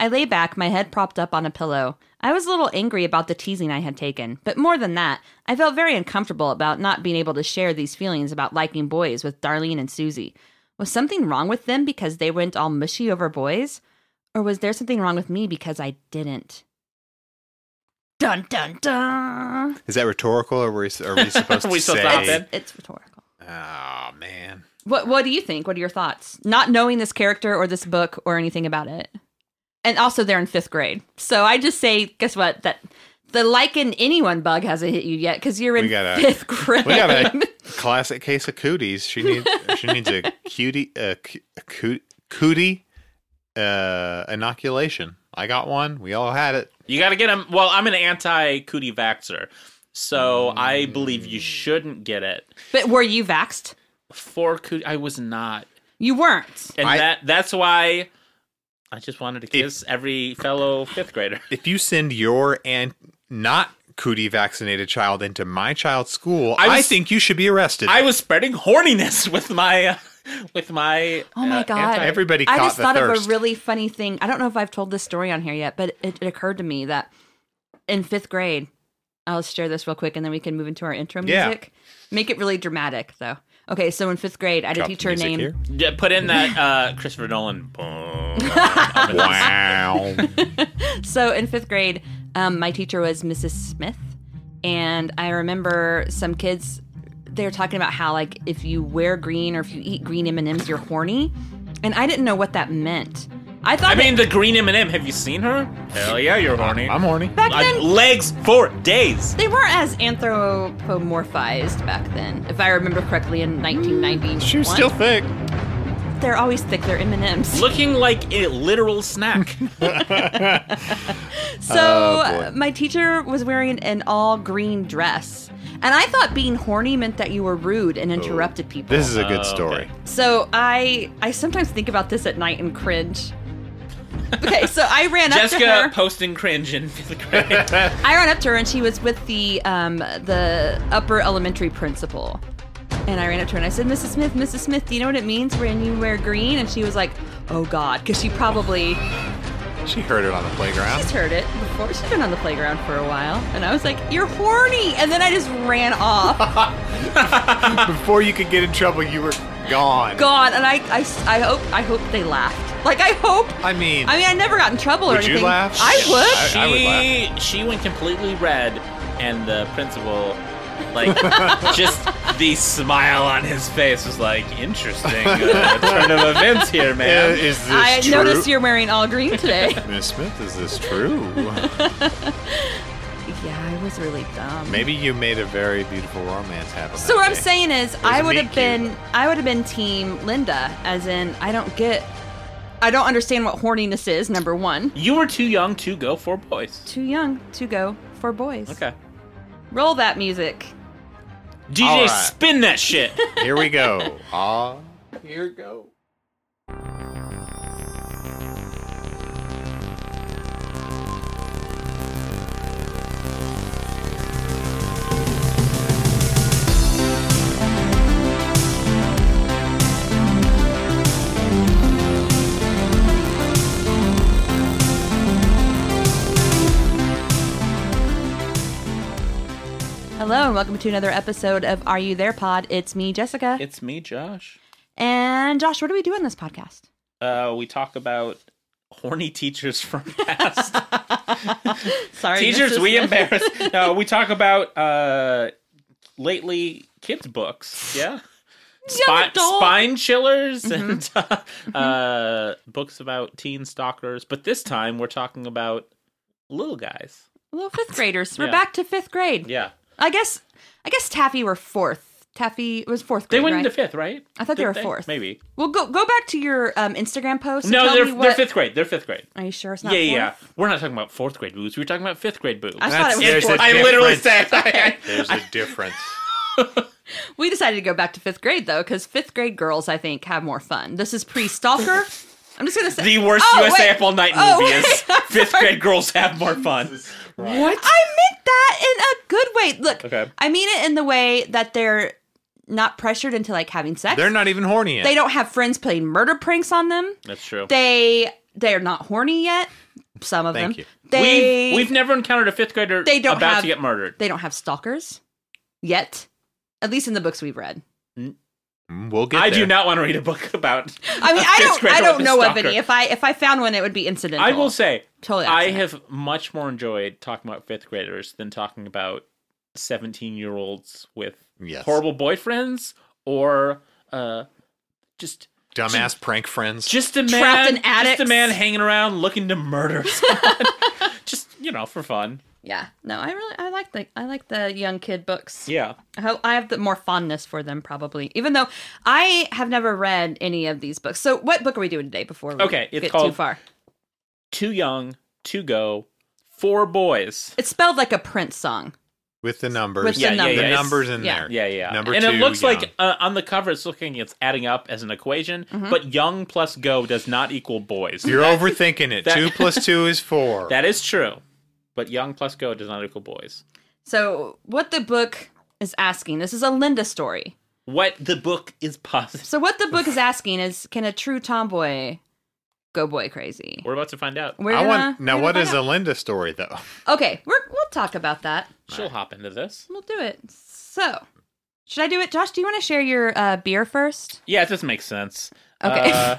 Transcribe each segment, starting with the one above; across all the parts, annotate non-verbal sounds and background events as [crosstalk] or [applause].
I lay back, my head propped up on a pillow. I was a little angry about the teasing I had taken, but more than that, I felt very uncomfortable about not being able to share these feelings about liking boys with Darlene and Susie. Was something wrong with them because they went all mushy over boys? Or was there something wrong with me because I didn't? Dun dun dun! Is that rhetorical, or were we, are we [laughs] supposed We to supposed to hop say? in? It's rhetorical. Oh man, What What do you think? What are your thoughts? Not knowing this character or this book or anything about it, and also they're in fifth grade. So I just say, guess what? That the lichen anyone bug hasn't hit you yet because you're in We got [laughs] a- fifth grade. we got [laughs] a classic case of cooties. She needs she needs a cutie a, cu- a coo- cootie uh, inoculation. I got one. We all had it. You got to get them. Well, I'm an anti cootie vaxxer, so I believe you shouldn't get it but were you vaxxed? for cootie. I was not, You weren't. and I- that that's why I just wanted to kiss every fellow fifth grader. If you send your and not cootie vaccinated child into my child's school, I I, was- think you should be arrested. [laughs] I was spreading horniness with my uh, with my. Oh my uh, god! anti- Everybody I caught just the thought of thirst. a really funny thing. I don't know if I've told this story on here yet, but it, it occurred to me that in fifth grade, I'll share this real quick, and then we can move into our intro Yeah. music. Make it really dramatic, though. Okay, so in fifth grade, I had Drop a the teacher music named here. Yeah, put in that uh, Christopher Nolan. Boom. [laughs] Wow. So in fifth grade, um, my teacher was Mrs. Smith, and I remember some kids they were talking about how like if you wear green or if you eat green M and M's, you're horny, and I didn't know what that meant. I thought I mean, the green M and M. Have you seen her? Hell yeah, you're horny. I'm horny. that back I- then legs for days. They weren't as anthropomorphized back then, if I remember correctly. In 1990, Mm, She was still thick. they're always thick. They're M and M's. Looking like a [laughs] literal snack. So uh, Oh, boy. my teacher was wearing an all green dress, and I thought being horny meant that you were rude and interrupted people. Oh, This is a Oh, good story. okay. so I I sometimes think about this at night and cringe. Okay, so I ran up to her. Jessica posting cringe in fifth [laughs] grade. I ran up to her and she was with the um, the upper elementary principal. And I ran up to her and I said, Mrs. Smith, Mrs. Smith, do you know what it means when you wear green? And she was like, oh God, because she probably, She heard it on the playground. she's heard it before. She's been on the playground for a while. And I was like, you're horny. And then I just ran [laughs] off. Before you could get in trouble, you were gone. God. And I, I, I hope, I hope they laughed. Like, I hope, I mean, I mean, I never got in trouble or Would you anything. laugh? I would. I- I would she she went completely red, and the principal, [laughs] like, just the smile on his face was like, interesting [laughs] uh, turn of events here, uh, man. is this I true? noticed you're wearing all green today. Miss Smith, is this true? [laughs] yeah, I was really dumb. Maybe you made a very beautiful romance happen. So that what I'm day. saying is, I a would have meet been, cute. I would have been Team Linda, as in, I don't get, I don't understand what horniness is. Number one, you were too young to go for boys. too young to go for boys. Okay. roll that music. DJ, All right. spin that shit. [laughs] Here [laughs] we go. Ah, here we go. Hello and welcome to another episode of Are You There Pod. It's me, Jessica, it's me, Josh. and Josh. What do we do on this podcast? Uh, we talk about horny teachers [laughs] from past. Sorry, teachers Mrs. [laughs] we Smith. embarrass no we talk about uh lately kids books yeah Spine, adult. Mm-hmm. spine chillers and [laughs] uh, uh, books about teen stalkers but this time we're talking about little guys Little fifth graders. We're Yeah. back to fifth grade. yeah I guess, I guess Taffy were fourth. Taffy was fourth they grade. went right? into fifth right I thought they Didn't were fourth. maybe Well, go go back to your um, Instagram post. and no tell they're, me they're what... fifth grade they're fifth grade Are you sure it's yeah not? yeah, yeah fourth? we're not talking about fourth grade boobs we're talking about fifth grade boobs I thought it was there's fourth. a I literally difference. said I- There's a difference. [laughs] We decided to go back to fifth grade though, because fifth grade girls, I think, have more fun. This is pre-stalker. I'm just gonna say [laughs] the worst Oh, USA wait. Up All Night Oh, movie is wait. [laughs] I'm fifth sorry. grade girls have more fun. I meant that in a good way. Look, Okay. I mean it in the way that they're not pressured into like having sex. They're not even horny yet. They don't have friends playing murder pranks on them. That's true. They they're not horny yet. some of Thank them. you. They we've, we've never encountered a fifth grader They don't about have- to get murdered. they don't have stalkers yet, at least in the books we've read. Mm, We'll get I there. do not want to read a book about. I mean, [laughs] a I fifth don't, grader I with don't a know of stalker. any. If I if I found one, it would be incidental. I will say, totally. I accidental. have much more enjoyed talking about fifth graders than talking about seventeen-year-olds with Yes. horrible boyfriends or uh, just Dumbass prank friends. just a man, Trapped in just a attics. man hanging around looking to murder [laughs] someone, just you know, for fun. Yeah. No, I really I like the I like the young kid books. Yeah, I ho- I have the more fondness for them probably, even though I have never read any of these books. So, what book are we doing today? Before we Okay, it's get called- too far, too young to go. Four boys. it's spelled like a Prince song. with the numbers. With the yeah, Yeah, yeah, the yeah, it's- numbers in yeah. there. Yeah, yeah. Number and it two, looks young. like uh, on the cover, it's looking it's adding up as an equation, Mm-hmm. but young plus go does not equal boys. You're overthinking it. that- two plus two is four. [laughs] That is true, but young plus go does not equal boys. So, what the book is asking, this is a Linda story. What the book is positive. So, what the book is asking is, can a true tomboy go boy crazy? [laughs] We're about to find out. We're I want gonna- now. we're What gonna is find a Linda story though? out. Okay, we're, we'll talk about that. She'll hop into this. We'll do it. So, should I do it, Josh? Do you want to share your uh, beer first? Yeah, this makes sense. [laughs] Okay. Uh,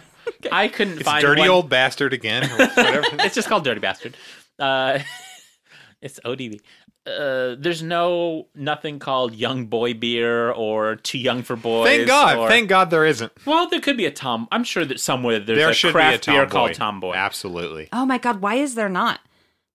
I couldn't It's find dirty one- old bastard again. [laughs] or whatever. it's just called Dirty Bastard. Uh, [laughs] it's ODB. Uh, there's no nothing called Young Boy Beer or Too Young for Boys. thank God. or- Thank God there isn't. Well, there could be a Tom. I'm sure that somewhere there's there a should craft be a beer tomboy. called Tomboy. Absolutely. Oh my God, why is there not?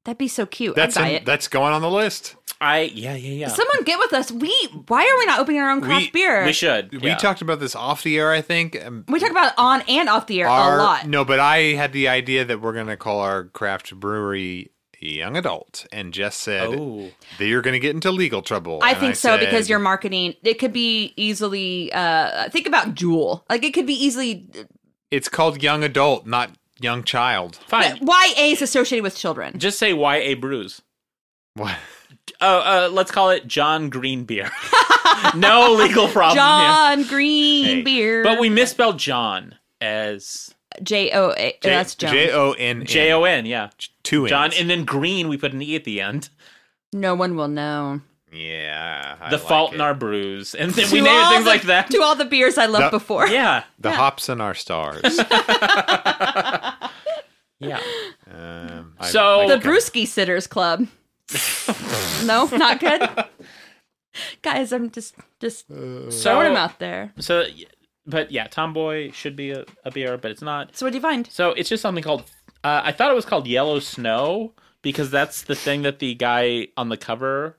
That'd be so cute. That's I buy in- it. that's going on the list. I yeah yeah yeah. Someone get with us. We why are we not opening our own craft We- beer? we should. We yeah. talked about this off the air. I think. Um, We talk about it on and off the air our- a lot. No, but I had the idea that we're gonna call our craft brewery young adult, and Jess said Oh, that you're gonna get into legal trouble. I And think so said, because your marketing it could be easily uh think about Jewel. Like it could be easily It's called young adult, not young child. [laughs] fine. YA is associated with children. Just say YA brews. What? Uh, uh, let's call it John [laughs] Green Beer. no legal problem. here. John Green Hey, beer. But we misspelled John as J O A that's John. J O N J O N. Yeah, two N's. John, and then Green. We put an E at the end. no one will know. Yeah. I the like fault it. in our brews, and then To we name all things the- like that. To all the beers I loved The- before. [laughs] Yeah, the hops in our stars. yeah. um, So- The Okay. Brewski Sitters Club. no, not good. Guys, I'm just just So, throwing them out there. so, but yeah, Tomboy should be a, a beer, but it's not. So what do you find? So it's just something called. Uh, I thought it was called Yellow Snow because that's the thing that the guy on the cover,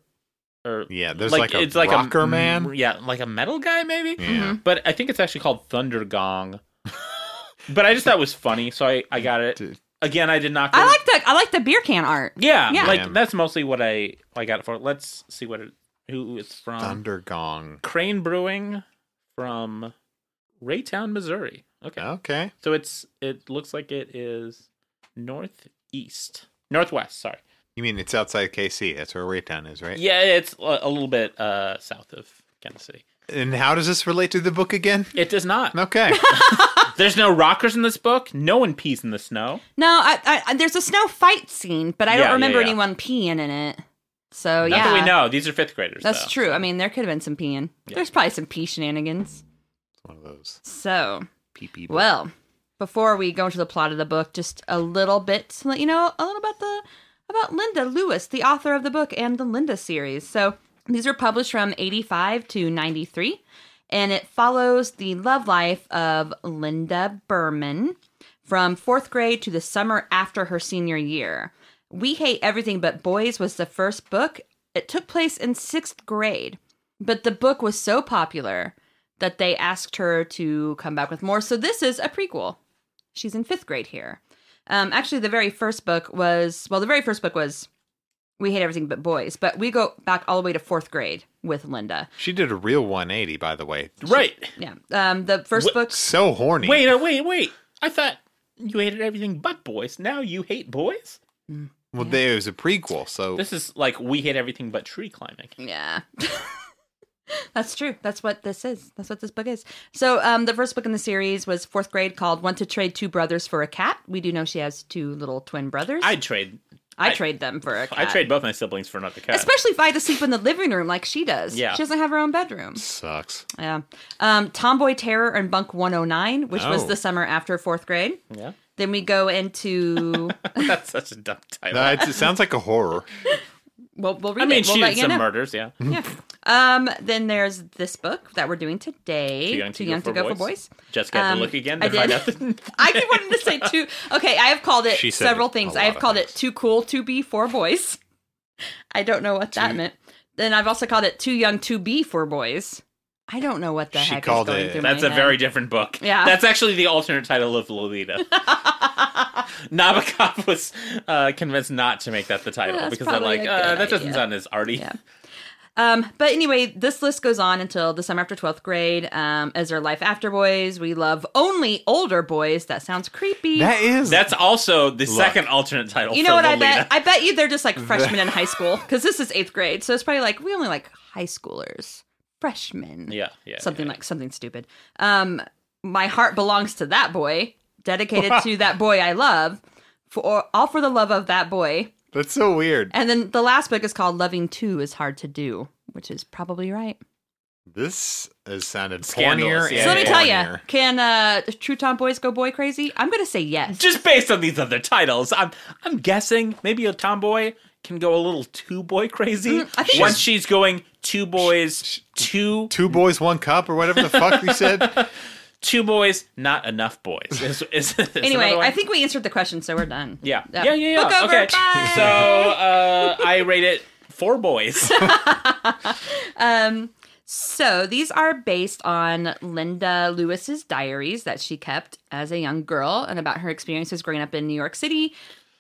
or Yeah, there's like, a it's like rocker a, man. Yeah, like a metal guy maybe. Mm-hmm. Yeah. But I think it's actually called Thunder Gong. but I just thought it was funny, so I, I got it. Dude. Again, I did not. I go- like the I like the beer can art. Yeah, Yeah. like Yeah. that's mostly what I I got it for. Let's see what it who it's from. Thunder gong. Crane Brewing from Raytown, Missouri. Okay, Okay. so it's it looks like it is northeast, northwest. Sorry. You mean it's outside KC? That's where Raytown is, right? Yeah, it's a, a little bit uh, south of Kansas City. And how does this relate to the book again? It does not. [laughs] Okay. There's no rockers in this book. No one pees in the snow. No, I, I, I- there's a snow fight scene, but I Yeah, don't yeah, remember yeah. anyone peeing in it. So Not yeah, that we know. These are fifth graders. that's though. true. I mean, there could have been some peeing. There's probably some pee shenanigans. One of those So pee-pee books. well, before we go into the plot of the book, just a little bit to let you know a little about the about Linda Lewis, the author of the book and the Linda series. So these were published from 85 to 93, and it follows the love life of Linda Berman from fourth grade to the summer after her senior year. We Hate Everything But Boys was the first book. It took place in sixth grade, but the book was so popular that they asked her to come back with more. So this is a prequel. She's in fifth grade here. Um, actually, the very first book was well, the very first book was We Hate Everything But Boys, but we go back all the way to fourth grade with Linda. She did a real 180, by the way. Right. Yeah. Um, the first What- book. So horny. Wait, uh, wait, wait. I thought you hated everything but boys. Now you hate boys? Well, there was a prequel, so This is like we hate everything but tree climbing. Yeah. [laughs] That's true. That's what this is. That's what this book is. So, um, the first book in the series was fourth grade called Want to Trade Two Brothers for a Cat. We do know she has two little twin brothers. I, I'd trade. I- trade them for a cat. I trade both my siblings for another cat. Especially if I had to sleep in the living room like she does. Yeah. She doesn't have her own bedroom. [laughs] Sucks. Yeah. Um, Tomboy Terror and Bunk 109, which was Oh. the summer after fourth grade. yeah, [laughs] Then we go into. that's such a dumb title. No, it's- it sounds like a horror. well, we'll read I mean, it. We'll she let did you some know. murders. Yeah, Yeah. Um, then there's this book that we're doing today. Too young to go for boys. Jessica had Um, to look again to I find did. [laughs] out. the- I keep wanting to say two. Okay, I have called it She said several a things. lot I have of called it things. too cool to be for boys. [laughs] I don't know what that Too- meant. Then I've also called it too young to be for boys. I don't know what the She heck called is going it- through [laughs] That's my a head. very different book. Yeah. That's actually the alternate title [laughs] of Lolita. [laughs] Nabokov was uh, convinced not to make that the title Yeah, that's because they're probably like, a uh, good that doesn't idea. sound as arty. Yeah. Um, but anyway, this list goes on until the summer after 12th grade. Um, as their life after boys, we love only older boys. [laughs] That sounds creepy. That is. [laughs] That's also the second alternate title you for know what Lolita. I bet? I bet you they're just like [laughs] freshmen in high school because this is eighth grade. So it's probably like we only like high schoolers, freshmen. yeah, yeah. something like something stupid. Um, my heart belongs to that boy, [laughs] dedicated to that boy I love, for all for the love of that boy. that's so weird. And then the last book is called "Loving Two Is Hard to Do," which is probably right. This has sounded Scandalous, pornier. yeah. so let me and tell you, pornier. can uh, Trouton Boys Go Boy Crazy? I'm gonna say yes. Just based on these other titles, I'm I'm guessing maybe a tomboy can go a little too boy crazy. Mm, I think Once it's- she's going two boys, two Two boys, one cup, or whatever the fuck you said. [laughs] two boys, not enough [laughs] boys. Is- is- is anyway, another one. I think we answered the question, so we're done. Yeah. Yeah, yeah, yeah. Book over. okay. Bye. [laughs] So uh, I rate it [laughs] four boys. So these are based on Linda Lewis's diaries that she kept as a young girl and about her experiences growing up in New York City.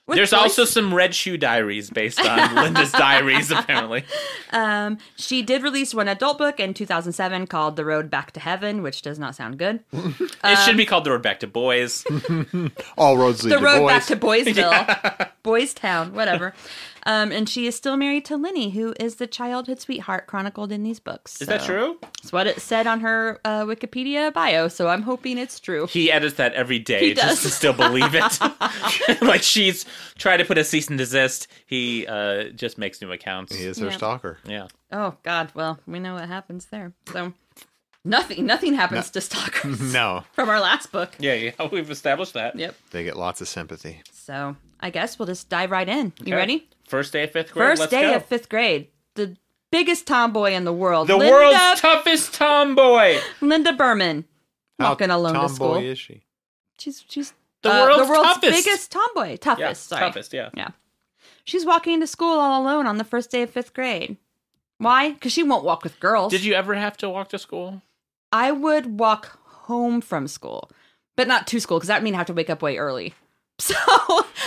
with There's boys. also some red shoe diaries based [laughs] on Linda's diaries, apparently. um, she did release one adult book in 2007 called The Road Back to Heaven, which does not sound good. it should Um, be called The Road Back to Boys. All roads lead The to Road boys. Back to [laughs] Boysville, Boys Town, whatever. Um, and she is still married to Lenny, who is the childhood sweetheart chronicled in these books. Is that So true? It's what it said on her uh, Wikipedia bio, so I'm hoping it's true. He edits that every day He just does. to still [laughs] believe it. [laughs] like she's tried to put a cease and desist. He uh, just makes new accounts. He is her Yeah. stalker. Yeah. Oh God! Well, we know what happens there. So nothing, nothing happens to [laughs] stalkers. [laughs] No, from our last book. Yeah, yeah. We've established that. Yep. they get lots of sympathy. So I guess we'll just dive right in. You Okay. ready? First day of fifth grade. 1st Let's day go. of fifth grade. The biggest tomboy in the world. the Linda, world's toughest tomboy. Linda Berman. Oh, How Walking alone to tomboy school. is she? She's she's The uh, world's the world's toughest. biggest tomboy. Toughest. Yeah, sorry. toughest, yeah. Yeah. She's walking to school all alone on the first day of fifth grade. Why? Because she won't walk with girls. [laughs] Did you ever have to walk to school? I would walk home from school, but not to school because that would mean I have to wake up way early. [laughs] So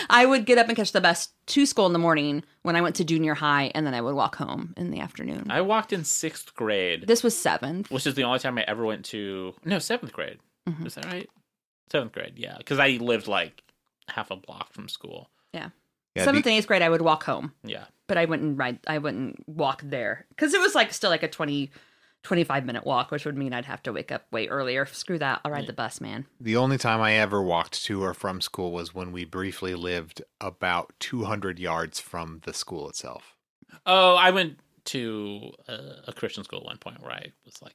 I would get up and catch the bus to school in the morning when I went to junior high, and then I would walk home in the afternoon. I walked in sixth grade. this was seventh. which is the only time I ever went to no seventh grade. Mm-hmm. Is that right? Seventh grade, yeah, because I lived like half a block from school. Yeah. Yeah, seventh do- and eighth grade, I would walk home, Yeah, but I wouldn't ride. I wouldn't walk there because it was like still like a 20, 25 minute walk, which would mean I'd have to wake up way earlier. Screw that. I'll ride the bus, man. The only time I ever walked to or from school was when we briefly lived about 200 yards from the school itself. Oh, I went to a, a Christian school at one point where I was like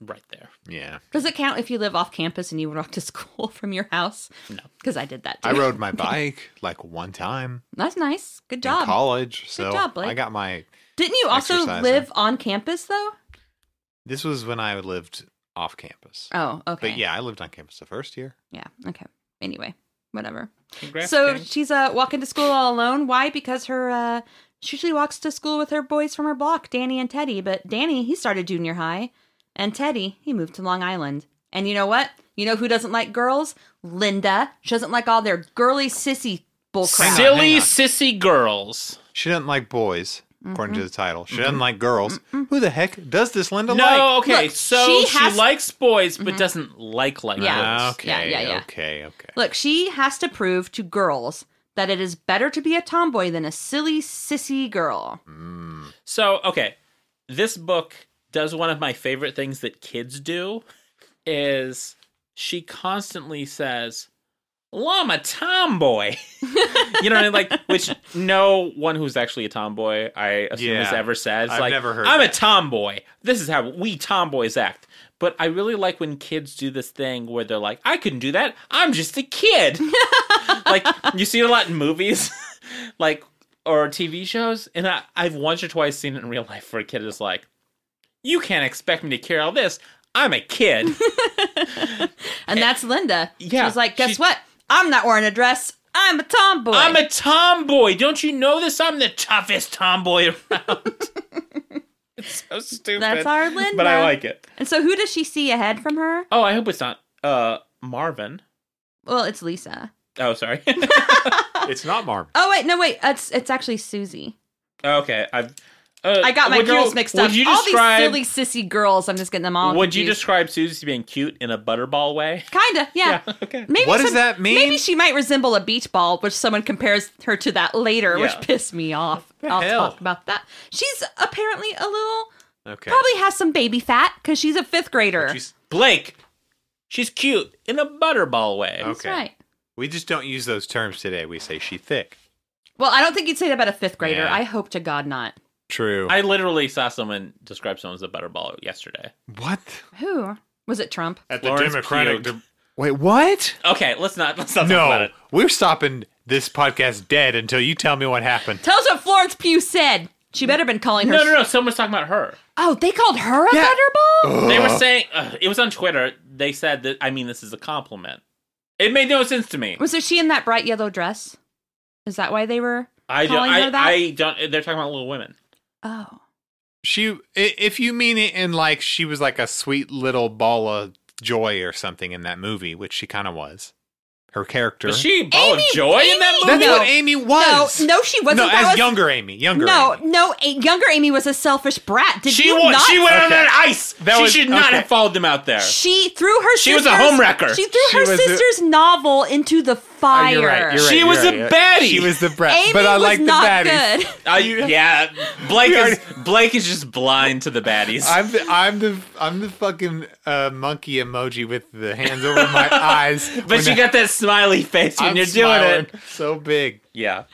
right there. Yeah. Does it count if you live off campus and you [laughs] would walk to school from your house? No. Because I did that too. I [laughs] rode my bike like one time That's nice. Good in job. college. So job, Blake. I got my. Didn't you also Exercising. live on campus though? This was when I lived off campus. Oh, okay. But yeah, I lived on campus the first year. Yeah. Okay. Anyway, whatever. Congrats, so gang. she's uh walking to school all alone. Why? Because her uh she usually walks to school with her boys from her block, Danny and Teddy, but Danny, he started junior high, and Teddy, he moved to Long Island. And you know what? You know who doesn't like girls? Linda. She doesn't like all their girly sissy bullcrap. on, silly hang on. sissy girls. She doesn't like boys, according Mm-hmm. to the title. She doesn't like girls. Who the heck does this Linda No, like? okay, look, so she she, has- Mm-hmm. likes boys but doesn't like like Yeah. girls. Okay. Yeah, yeah, yeah. Okay. Okay. Look, she has to prove to girls that it is better to be a tomboy than a silly sissy girl. So okay, this book does one of my favorite things that kids do is she constantly says, "Well, I'm a tomboy." [laughs] you know what I mean? Like, which no one who's actually a tomboy, I assume, has Yeah. ever said. I've like, never heard I'm that. a tomboy. This is how we tomboys act. But I really like when kids do this thing where they're like, "I couldn't do that. I'm just a [laughs] kid." like you see it a lot in movies, [laughs] like or TV shows, and I, I've once or twice seen it in real life where a kid is like, "You can't expect me to carry all this. I'm a [laughs] kid." And that's Linda. Eh, Yeah, She's like, guess she- what? I'm not wearing a dress. I'm a tomboy. I'm a tomboy. Don't you know this? I'm the toughest tomboy [laughs] around. it's so stupid. That's our Linda. But I like it. And so who does she see ahead from her? Oh, I hope it's not uh Marvin. Well, it's Lisa. Oh, sorry. [laughs] It's not Marvin. Oh wait, no wait. It's it's actually Susie. okay, I've. Uh, I got my would you- girls mixed up. Would you all describe? these silly sissy girls. I'm just getting them all. would you confused. describe Susie being cute in a butterball way? Kinda, yeah. Okay. Maybe What does that mean? Maybe she might resemble a beach ball, which someone compares her to that later, Yeah. which pissed me off. I'll hell? talk about that. She's apparently a little, Okay. probably has some baby fat because she's a fifth grader. She's- Blake, she's cute in a butterball way. Okay. That's right. we just don't use those terms today. We say she thick. Well, I don't think you'd say that about a fifth grader. Yeah. I hope to God not. True. I literally saw someone describe someone as a butterball yesterday. what? Who was it? Trump? At the Lawrence Democratic puked. [laughs] Wait, what? Okay, let's not let's not talk about No, it. we're stopping this podcast dead until you tell me what happened. Tell us what Florence Pugh said. She better been calling her. No, no, no. Someone's talking about her. Oh, they called her a Yeah. butterball. They Uh-huh. were saying uh, it was on Twitter. They said that. I mean, this is a compliment. It made no sense to me. Was it she in that bright yellow dress? Is that why they were I don't. calling I, her that? I don't. They're talking about Little Women. oh, She, i- if you mean it in like she was like a sweet little ball of joy or something in that movie, which she kind of was. Her character. Was she a ball Amy- of joy in that Amy- movie? That's No. what Amy was. No, no, she wasn't. No, That as was- younger Amy. Younger. no, Amy. no, a younger Amy was a selfish brat. Did she you wa- not? She went on Okay. that ice. That she was- should not okay. have followed them out there. She threw her. She was a sister's, homewrecker. She threw She her was a- Uh, sister's novel into the fire. You're right. You're right. She you're was a right. baddie. She was the brat. Amy but I was like the not baddies. good. [laughs] I, yeah, [laughs] Blake We is Blake is just blind to the baddies. [laughs] I'm the I'm the I'm the fucking uh, monkey emoji with the hands over [laughs] my eyes. but you got that smiley face when you're doing it. so big. Yeah.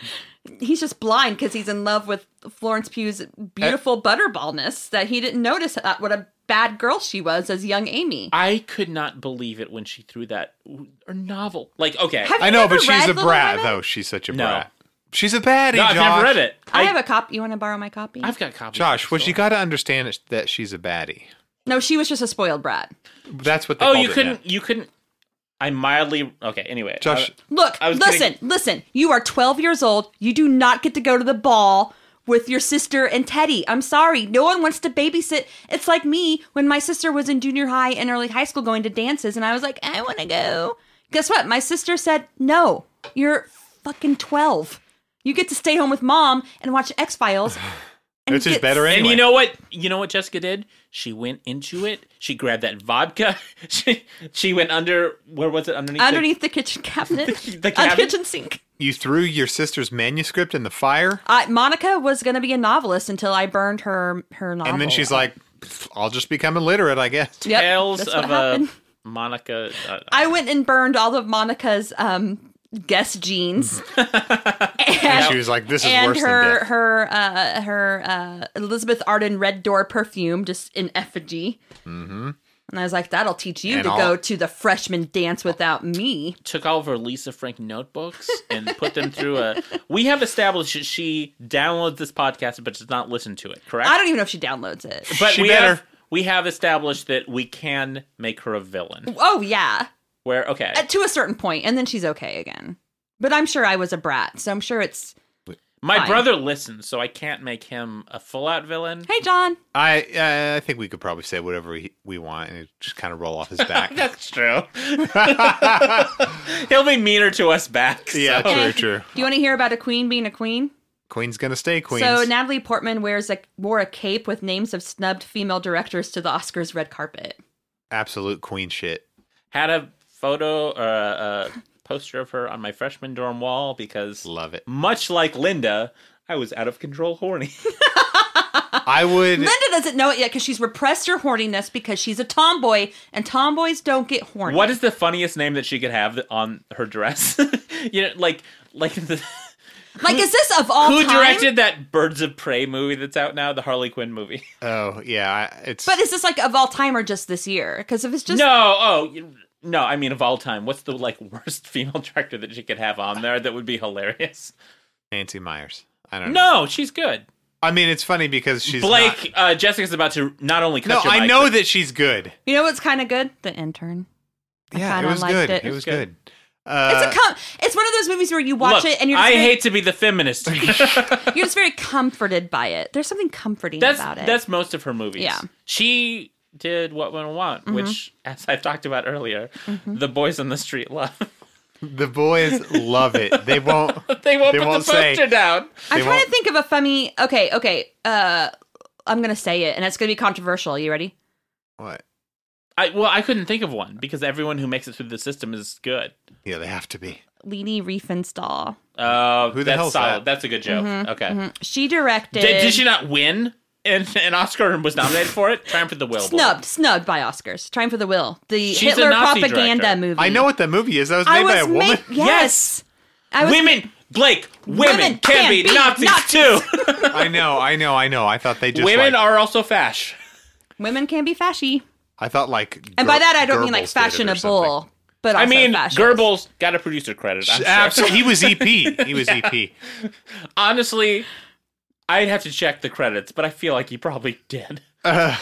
He's just blind because he's in love with Florence Pugh's Uh, beautiful butterballness that he didn't notice that what a bad girl she was as young Amy. I could not believe it when she threw that her novel. Like, okay. Have I you know, ever but she's read a Little brat Women? though. She's such a No. brat. She's a baddie. no, I've Josh. never read it. I, have a copy. You want to borrow my copy? I've got copies. Josh, what still. you got to understand is that she's a baddie. no, she was just a spoiled brat. That's what. They Oh, called you it couldn't. now. You couldn't. I mildly. Okay. Anyway, Uh, Josh. I- Look, I was listen, kidding. listen. You are 12 years old. You do not get to go to the ball with your sister and Teddy. I'm sorry. No one wants to babysit. It's like me when my sister was in junior high and early high school going to dances, and I was like, I want to go. Guess what? My sister said, No, you're fucking 12. You get to stay home with mom and watch X [sighs] Files. It's just better eh? and anyway. you know what? You know what Jessica did? She went into it. She grabbed that vodka. [laughs] She she went under. Where was it? Underneath. the- Underneath the kitchen cabinet, [laughs] The- the uh, cabinet? kitchen sink. you threw your sister's manuscript in the fire, Uh, Monica was going to be a novelist until I burned her her novel. and then she's like, "Pff, "I'll just become illiterate, I guess." Yep, tales that's what of [laughs] happened. a Monica. Uh, I went and burned all of Monica's um guest [laughs] jeans And and, she was like, "This is and worse than her death." her uh her uh Elizabeth Arden red door perfume just in effigy. Mm-hmm. And I was like, that'll teach you And to all- go to the freshman dance without me. took all of her Lisa Frank notebooks and put them through a. We have established that she downloads this podcast but does not listen to it. Correct. I don't even know if she downloads it. but She we better. have we have established that we can make her a villain. Oh yeah, Where okay. Uh, to a certain point, and then she's okay again. But I'm sure I was a brat, so I'm sure it's My Fine. brother listens, so I can't make him a full out villain. hey John. I uh, I think we could probably say whatever we, we want and it just kind of roll [laughs] off his back. That's true. [laughs] He'll be meaner to us back. so- yeah, Okay. true, true. Do you want to hear about a queen being a queen? Queen's gonna stay queen. So Natalie Portman wears a wore a cape with names of snubbed female directors to the Oscars red carpet. Absolute queen shit. Had a photo or a, a poster of her on my freshman dorm wall because, [laughs] Love it. [laughs] much like Linda, I was out of control horny. I would. Linda doesn't know it yet because she's repressed her horniness because she's a tomboy and tomboys don't get horny. What is the funniest name that she could have th- on her dress? [laughs] you know, like like the, like? Is this of all who time? directed that Birds of Prey movie that's out now, the Harley Quinn movie? [laughs] Oh yeah, I- it's. But is this like of all time or just this year? Because if it's just no, oh you- no, I mean of all time, what's the like [laughs] worst female director that she could have on there that would be hilarious? Nancy Myers. I don't know. No, she's good. I mean, it's funny because she's Blake, uh, Jessica's about to not only cut Not, no, your I mic, know but- that she's good. you know what's kind of good? The intern. I Yeah, it kinda was liked good. it. It was It's good. good. Uh, it's a com- It's one of those movies where you watch Look, it and you're just I very, hate to be [laughs] the feminist. you're just very comforted by it. There's something comforting [laughs] that's about it. that's most of her movies. Yeah. Mm-hmm. she did what women want, which, as I've talked about earlier, the boys on the street love. [laughs] the boys love it. They won't. [laughs] they won't They put won't the say. poster down. I'm trying They to won't- think of a funny. Okay, okay. Uh, I'm gonna say it, and it's gonna be controversial. You ready? What? I well, I couldn't think of one because everyone who makes it through the system is good. Yeah, they have to be. Leni Riefenstahl. Uh, Who the that's hell's solid. that? That's a good joke. Okay. She directed. Did, did she not win an, an Oscar and was nominated for it? Triumph for the Will. Boy. Snubbed, snubbed by Oscars. Trying for the Will, the She's a Hitler Nazi propaganda director. movie. I know what that movie is. That was made Mm. I by a was woman. ma- [laughs] yes. I was Women, Blake, women, Women can, can be, be Nazis, Nazis. too. I know. I know. I know. I thought they just [laughs] women like- are also fash. women can be fashy, I thought like. and by that I don't mean like fashionable, but also I mean, fascist. Goebbels got a producer credit. I'm sure. Absolutely, he was EP. He [laughs] was E EP. Honestly, I'd have to check the credits, but I feel like he probably [laughs] did. Uh,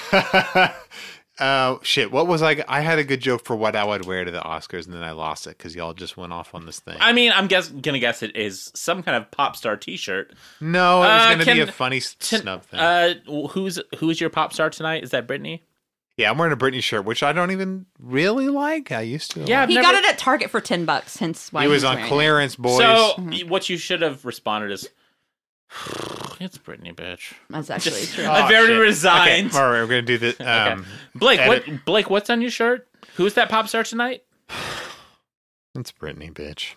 uh, shit, what was I? I had a good joke for what I would wear to the Oscars, and then I lost it because y'all just went off on this thing. I mean, I'm guess gonna guess it is some kind of pop star T-shirt. no, it was Uh, going to can- be a funny s- Tin- snub thing. Uh, who's who's your pop star tonight? Is that Brittany? yeah, I'm wearing a Britney shirt, which I don't even really like. I used to. Yeah, like. he I've got never- it at Target for ten bucks. Hence why he was he's on wearing it. clearance, boys. So what you should have responded is, [sighs] it's Brittany, bitch. That's actually true. Oh, I'm very shit. resigned. Okay, all right, we're going [laughs] to do this. Um, Blake, what edit. Blake? What's on your shirt? Who's that pop star tonight? It's Britney, bitch.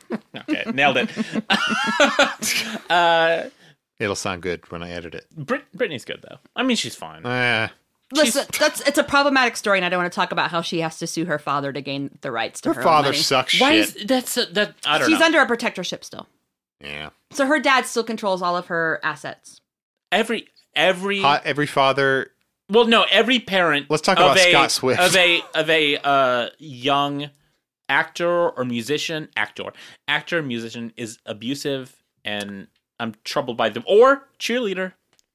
Okay, nailed it. [laughs] uh, It'll sound good when I edit it. Brit- Brittany's good though. I mean, she's fine. Eh, Listen, that's it's a problematic story, and I don't want to talk about how she has to sue her father to gain the rights to her her, own father money. sucks Why shit. is that's uh, that? I don't She's know. under a protectorship still, yeah. so her dad still controls all of her assets. every every Hot, every father. well no every parent Let's talk of about a, Scott Swift. of a of a uh young actor or musician actor actor musician is abusive and i'm troubled by them or cheerleader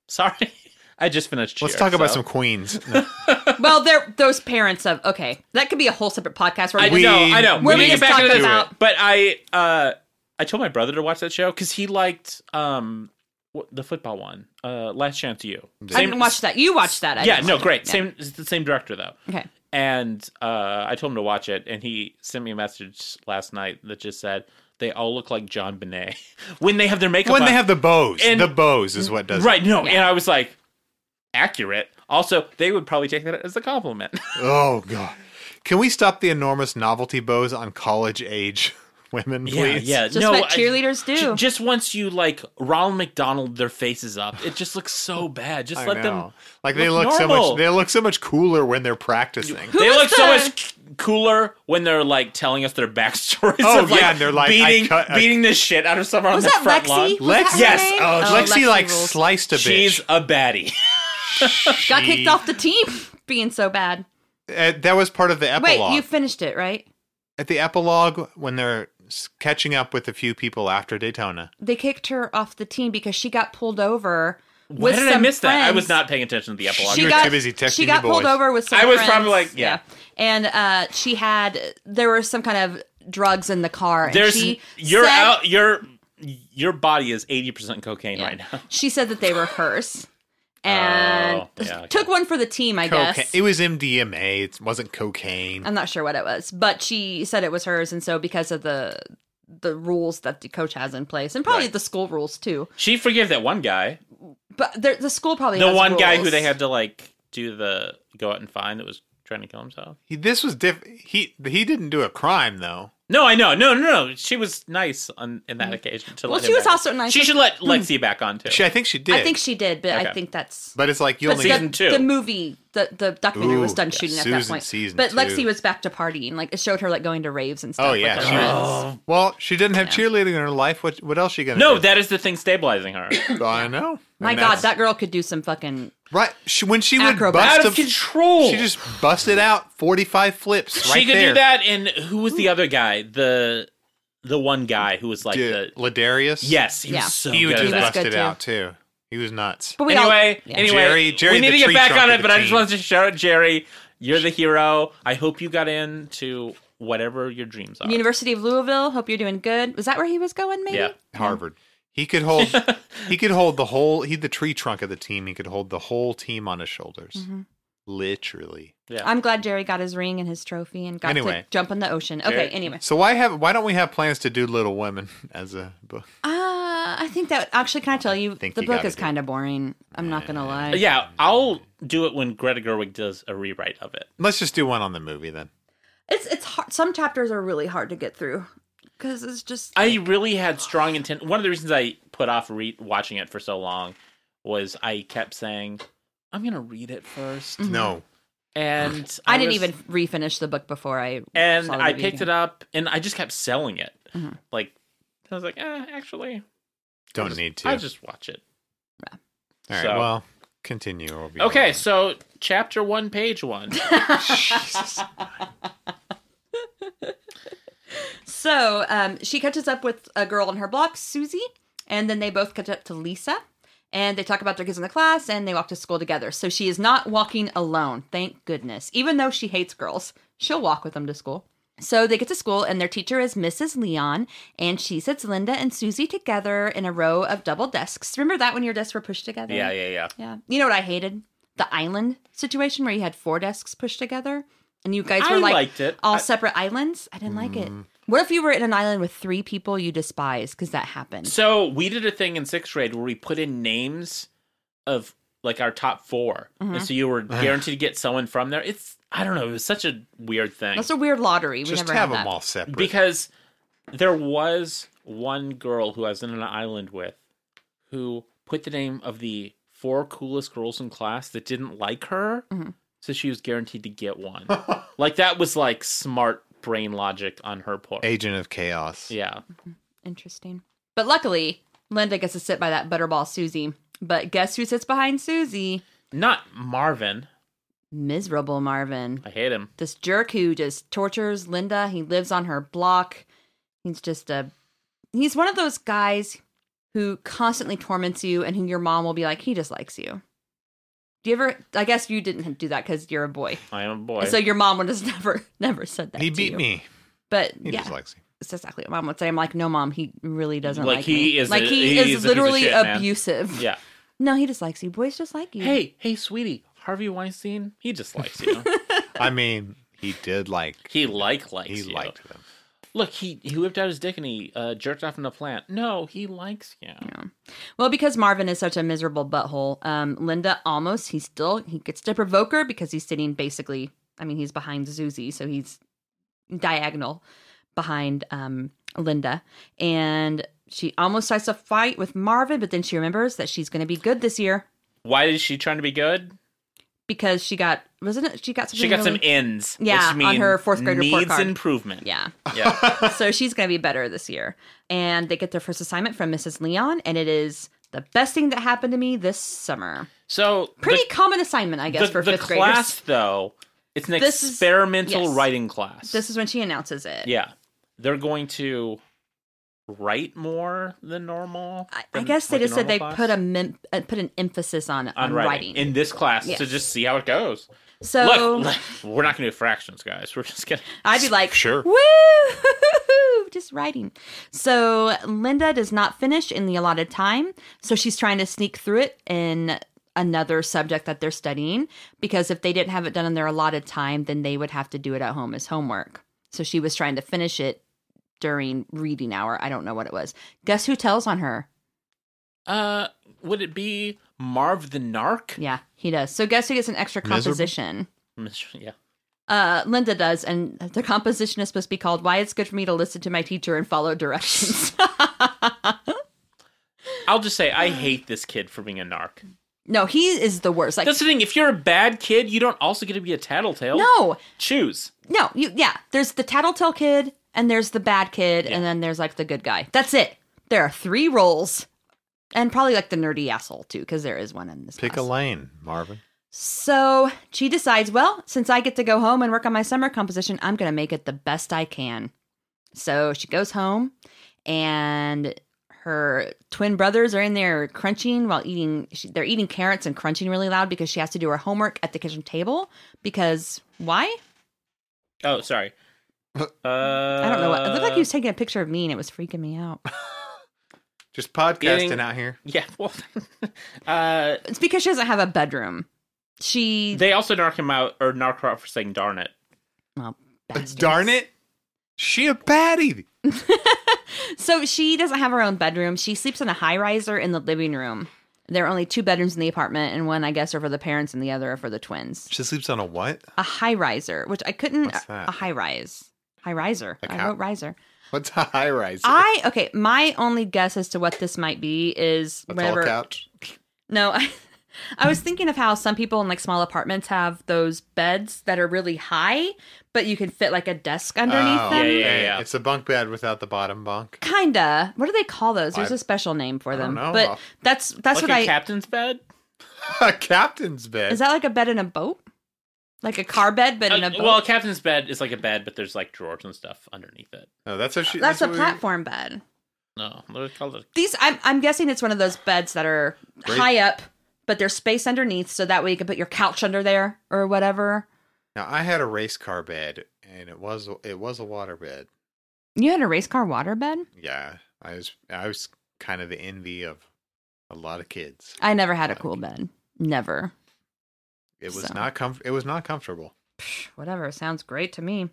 sorry [laughs] i just finished cheer, Let's talk about so- some queens. [laughs] well, they're those parents of okay. That could be a whole separate podcast where i we, We- know i know We're We're where we gonna just get back talk into this. about but i uh i told my brother to watch that show because he liked um wh- the football one uh last chance you I didn't watch that. You watched that. I yeah didn't no watch it. great Yeah. same it's the same director though Okay. And uh, I told him to watch it, and he sent me a message last night that just said they all look like John Bonet [laughs] when they have their makeup. when on. they have the bows. And- the bows is what does it. right, no, Yeah. and I was like, accurate. Also, they would probably take that as a compliment. [laughs] Oh god. Can we stop the enormous novelty bows on college age [laughs] women, please? Just what cheerleaders I- do. ju- just once you like Ronald McDonald, their faces up. It just looks [sighs] so bad. Just I let know. them. Like they look look so normal. much they look so much cooler when they're practicing. they was look so the- much c- cooler when they're like telling us their backstories. Oh, of, like, yeah, and they're like, I beating, cut- I- beating the shit out of someone Was on the that front Lexi? lawn. Was that Lexi- her Yes. name? Oh, Oh, Lexi, like rules. sliced a bitch. She's [laughs] a baddie. got She- kicked off the team [laughs] being so bad. Uh, that was part of the Wait, epilogue. you finished it right? At the epilogue, when they're s- catching up with a few people after Daytona, They kicked her off the team because she got pulled over. Why With did I some miss that? I friends. was not paying attention to the epilogue. She were got too busy texting She got you pulled boys. over with some. I was friends. probably like, yeah. And uh, she had there was some kind of drugs in the car. And There's she you're said- out your your body is 80% cocaine yeah. right now. She said that they were hers, and Oh, yeah, okay. took one for the team. I cocaine. guess It was MDMA. It wasn't cocaine. I'm not sure what it was, but she said it was hers, and so because of the the rules that the coach has in place, and probably Right. the school rules too. She forgave that one guy. But there, the school probably The has one guy rules. who they had to like do the go out and find that was trying to kill himself. He, this was diff. He he didn't do a crime though. No, I know. No, no, no. She was nice on in that occasion. To Hmm. Well, let she him was back. also nice She with- Hmm. should let Lexi back on too. She, I think she did. I think she did, but I Okay. think that's but it's like you but only. season the, two. the movie, the the documentary was Ooh, done yeah, shooting at that Susan point. season but two. Lexi was back to partying. Like it showed her like going to raves and stuff. oh with yeah. her She, friends. Oh, Well, she didn't have cheerleading in her life. What what else she gonna? no, do? that is the thing [coughs] stabilizing her. I know. My And God, that's- that girl could do some fucking. right she, when she would Acrobat. bust Out a, of control. she just busted out forty five flips. Right she could there. do that. And who was the other guy? The the one guy who was like Dude, the Ladarius. yes, he Yeah. was so he would good. was just at that. bust good it too. out too. He was nuts. But we anyway, all, yeah. anyway, Jerry- Jerry we need the to get tree back trunk on of it. the But I just team. wanted to shout out Jerry. You're the hero. I hope you got into whatever your dreams are. University of Louisville. Hope you're doing good. Was that where he was going? Maybe. Yeah. Harvard. He could hold. [laughs] he could hold the whole. He the tree trunk of the team. He could hold the whole team on his shoulders. Literally. I'm glad Jerry got his ring and his trophy and got Anyway. to jump in the ocean. Okay. Jerry- Anyway, So why have why don't we have plans to do Little Women [laughs] as a book? uh, I think that actually can I tell you think the you book gotta is do- kind of boring. I'm not gonna lie. Yeah, I'll do it when Greta Gerwig does a rewrite of it. Let's just do one on the movie then. It's it's hard. Some chapters are really hard to get through because it's just I really had strong intent. One of the reasons I put off re- watching it for so long was I kept saying, "I'm gonna read it first. No, and Mm-hmm. I, didn't was- even refinish the book before I And saw the I movie picked again. it up, and I just kept selling it. Mhm. Like I was like, eh, actually, don't I'll just- need to. I'll just watch it. All right. so- Well, continue. We'll be Okay, on. so chapter one, page one. So um, she catches up with a girl on her block, Susie, and then they both catch up to Lisa. And they talk about their kids in the class and they walk to school together. So she is not walking alone, thank goodness. Even though she hates girls, she'll walk with them to school. So they get to school and their teacher is Mrs. Leon. And she sits Linda and Susie together in a row of double desks. Remember that when your desks were pushed together? yeah, yeah, yeah. Yeah. You know what I hated? The island situation where you had four desks pushed together and you guys I were like liked it. all I- separate islands. I didn't like it. What if you were in an island with three people you despise? Because that happened. So we did a thing in sixth grade where we put in names of like our top 4 and so you were guaranteed to get someone from there. It's I don't know, it was such a weird thing That's a weird lottery. We just never have had them that. all separate. because there was one girl who I was in an island with who put the name of the four coolest girls in class that didn't like her, so she was guaranteed to get one. like that was like smart brain logic on her part. Agent of Chaos. yeah. Interesting. But luckily, Linda gets to sit by that butterball Susie. But guess who sits behind Susie? Not Marvin. Miserable Marvin. I hate him. This jerk who just tortures Linda. He lives on her block. He's just a. He's one of those guys who constantly torments you and who your mom will be like, he just likes you. Do you ever? I guess you didn't do that because you're a boy. I am a boy. So your mom would have [laughs] never, never said that. He to beat you. me. But He yeah, just likes me. that's exactly what mom would say. I'm like, no, mom, he really doesn't like, Like, he me. is like a- he, he is a piece is of literally shit, man. abusive. yeah. No, he just likes you. Boys just like you. Hey, hey, sweetie, Harvey Weinstein, he just [laughs] likes you. I mean, he did like. he like likes He you. liked them. Look, he he whipped out his dick and he uh, jerked off in the plant. No, he likes you. Well, because Marvin is such a miserable butthole, um, Linda almost he still he gets to provoke her because he's sitting basically. I mean, he's behind Susie, so he's diagonal behind um, Linda, and she almost starts a fight with Marvin, but then she remembers that she's going to be good this year Why is she trying to be good? because she got wasn't it? She got something She got really- some ins. Yeah, which mean on her fourth grade needs report card. [laughs] improvement. yeah. yeah. so she's going to be better this year. And they get their first assignment from Mrs. Leon, and it is the best thing that happened to me this summer. So Pretty the- common assignment, I The, guess, for the fifth graders. class though, it's an This is- experimental yes. writing class. This is when she announces it. yeah, they're going to write more than normal. I, I than, guess they like, a just said they normal class? put a mem- uh, put an emphasis on on, on writing. writing, in this class Yeah. to just see how it goes. so [laughs] Look, [laughs] like, we're not going to do fractions, guys. We're just going to. I'd be like, Sure. woo, just writing. So Linda does not finish in the allotted time, so she's trying to sneak through it in another subject that they're studying because if they didn't have it done in their allotted time, then they would have to do it at home as homework. So she was trying to finish it during reading hour. I don't know what it was. Guess who tells on her? Uh, would it be Marv the Narc? [laughs] Yeah, he does. So guess who gets an extra Miserable? composition? Mr. Yeah. Uh, Linda does, and the composition is supposed to be called "Why It's Good for Me to Listen to My Teacher and Follow Directions." [laughs] I'll just say I hate this kid for being a narc. no, he is the worst. Like, That's the thing. If you're a bad kid, you don't also get to be a tattletale. no, Choose. no, you yeah. There's the tattletale kid, and there's the bad kid, and then there's like the good guy. That's it. There are three roles, and probably like the nerdy asshole too, because there is one in this. Pick class. a lane, Marvin. So she decides, well, since I get to go home and work on my summer composition, I'm going to make it the best I can. So she goes home, and her twin brothers are in there crunching while eating. She, they're eating carrots and crunching really loud because she has to do her homework at the kitchen table. Because why? Oh, sorry. Uh, I don't know. What, it looked like he was taking a picture of me, and it was freaking me out. Just podcasting Getting- out here. Yeah. [laughs] Well, uh, It's because she doesn't have a bedroom. She they also narc him out or narc her out for saying "darn it." well, bastards. [laughs] Darn it. She a baddie. So she doesn't have her own bedroom. She sleeps in a high riser in the living room. There are only two bedrooms in the apartment, and one, I guess, are for the parents, and the other are for the twins. She sleeps on a what? A high riser, which I couldn't. What's that? A high rise. High riser. Like I how- wrote riser. What's a high rise? I, okay, my only guess as to what this might be is a tall whenever. couch. No, [laughs] I, I was thinking of how some people in like small apartments have those beds that are really high, but you can fit like a desk underneath Oh, them. Yeah, yeah, yeah. It's a bunk bed without the bottom bunk. [laughs] Kinda. What do they call those? There's I- a special name for I them. don't know. But that's that's like what a I. captain's bed. a captain's bed. Is that like a bed in a boat? Like a car bed, but in Uh, a boat? well, a captain's bed is like a bed, but there's like drawers and stuff underneath it. no, that's what she. that's, a what we- platform bed. No, they call it. These, I'm, I'm guessing it's one of those beds that are Great. high up, but there's space underneath, so that way you can put your couch under there or whatever. Now I had a race car bed, and it was it was a water bed. You had a race car water bed? Yeah, I was I was kind of the envy of a lot of kids. I never had a cool bed. Never. It was So. not comf- It was not comfortable. Psh, whatever. Sounds great to me.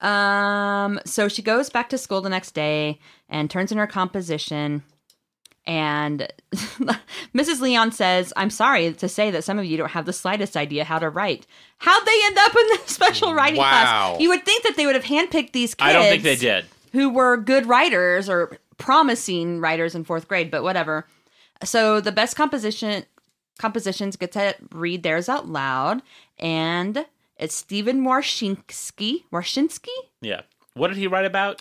Um, so she goes back to school the next day and turns in her composition. And [laughs] Mrs. Leon says, I'm sorry to say that some of you don't have the slightest idea how to write. How'd they end up in the [laughs] special writing Wow. class? You would think that they would have handpicked these kids I don't think they did. who were good writers or promising writers in fourth grade, but whatever. So the best composition compositions get to read theirs out loud, and it's Stephen Warshinsky. Warshinsky. Yeah. What did he write about?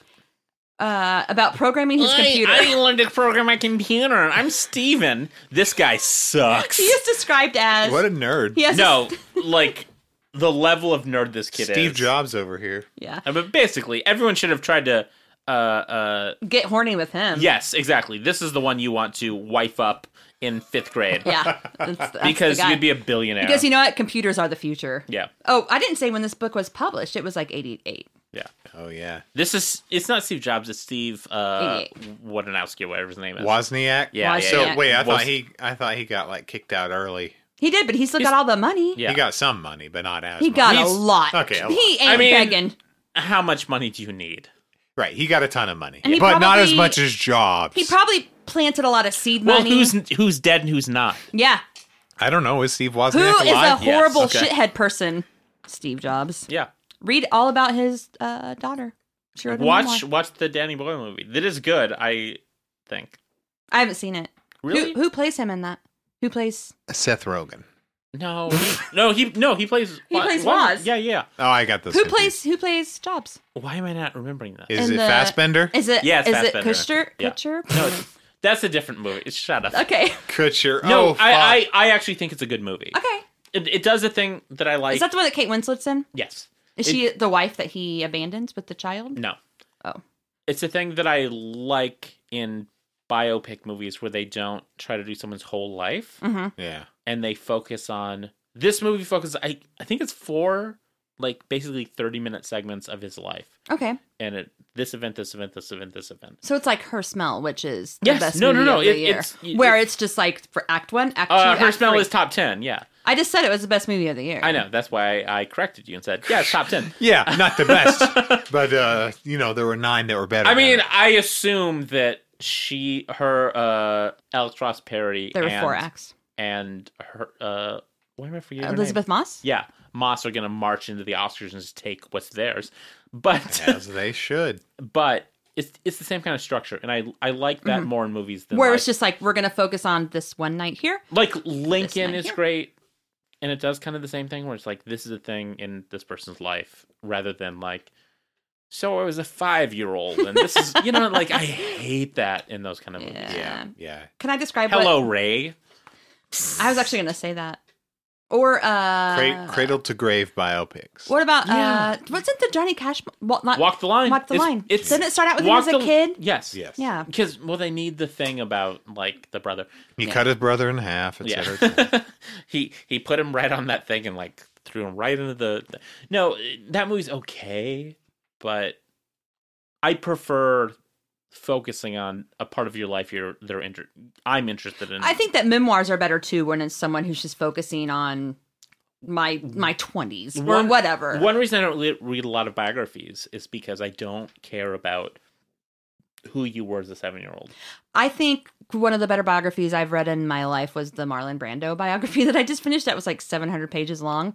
Uh, about programming his computer. I learned to program my computer. I'm Steven. This guy [laughs] sucks. he is described as What a nerd! he has [laughs] no, like the level of nerd this kid is. Steve Jobs over here. yeah. Uh, But basically, everyone should have tried to. Uh, uh, Get horny with him. yes, exactly. This is the one you want to wife up in fifth grade. yeah. [laughs] That's- that's Because the guy. you'd be a billionaire. because you know what? Computers are the future. yeah, Oh, I didn't say when this book was published. It was like eighty-eight. yeah. Oh yeah, This is. It's not Steve Jobs. It's Steve. Uh, Idiot. Wadanowski, whatever his name is. Wozniak. Yeah, yeah, So Wozniak. wait, I Woz- thought he I thought he got like kicked out early. He did, but he still He's- got all the money. yeah. He got some money, but not as He much. got a He's- lot. Okay, a lot. He ain't I mean- begging. How much money do you need? right. He got a ton of money, And he but not as probably- much as Jobs. He probably planted a lot of seed money. Well, who's who's dead and who's not? yeah? I don't know. Is Steve Wozniak Who is a alive? Yes, horrible okay. shithead person? Steve Jobs. Yeah. Read all about his uh, daughter. She wrote a Watch memoir. watch the Danny Boyle movie. That is good, I think. I haven't seen it. Really? Who, who plays him in that? Who plays? Seth Rogen. No. he- [laughs] no, he no, he plays He Wa- plays Wa- Woz. Yeah, yeah. Oh, I got this. Who confused. plays? Who plays Jobs? Why am I not remembering that? Is in it the- Fassbender? Is it? Yeah, it's is it Fassbender. Kutcher? Yeah. Kutcher? no, it's- that's a different movie. It's- Shut up. Okay. Kutcher. No, oh, I, fuck. I I actually think it's a good movie. Okay. It, it does a thing that I like. Is that the one that Kate Winslet's in? yes. Is It- she the wife that he abandons with the child? No. Oh. It's a thing that I like in biopic movies where they don't try to do someone's whole life. Mm-hmm. yeah. and they focus on this movie focuses I I think it's four like basically 30 minute segments of his life Okay. and it this event this event this event this event So it's like her smell, which is the Yes. best No, no, movie no. of the It- year. it's- it- where it's just like for Act One, Act uh, Two, her Act smell three. is top 10 yeah I just said it was the best movie of the year. I know that's why I, I corrected you and said yeah it's top 10 Yeah, not the best. [laughs] but uh, you know, there were nine that were better. I mean than it. I assume that she her uh Alex Ross parody There were and, four acts. and her uh why am I forgetting her name? Elizabeth Moss? Yeah, Moss are gonna march into the Oscars and just take what's theirs. But [laughs] as they should. but it's it's the same kind of structure, and I I like that more in movies than Mm-hmm. Where like, it's just like, we're going to focus on this one night here. like night Lincoln is here. great, and it does kind of the same thing where it's like this is a thing in this person's life rather than like. So I was a five year old, and this is you know like I hate that in those kind of movies. [laughs] Yeah. Yeah. Can I describe what Um, Hello Ray. I was actually going to say that. Or uh Cra- cradle to grave biopics. What about uh Yeah. what's it the Johnny Cash well, not, Walk the line. Walk the It's- line. It's Didn't it start out with him as Walk a the- kid? Yes. Yes. Yeah. Because well, they need the thing about like the brother. He cut his brother in half, et [laughs] cetera. et cetera. Yeah. he he put him right on that thing and like threw him right into the. No, that movie's okay, but I prefer focusing on a part of your life you're they're inter- I'm interested in. I think that memoirs are better too when it's someone who's just focusing on my my 20s or One- whatever. One reason I don't le- read a lot of biographies is because I don't care about who you were as a seven year old. I think one of the better biographies I've read in my life was the Marlon Brando [laughs] biography that I just finished. That was like 700 pages long.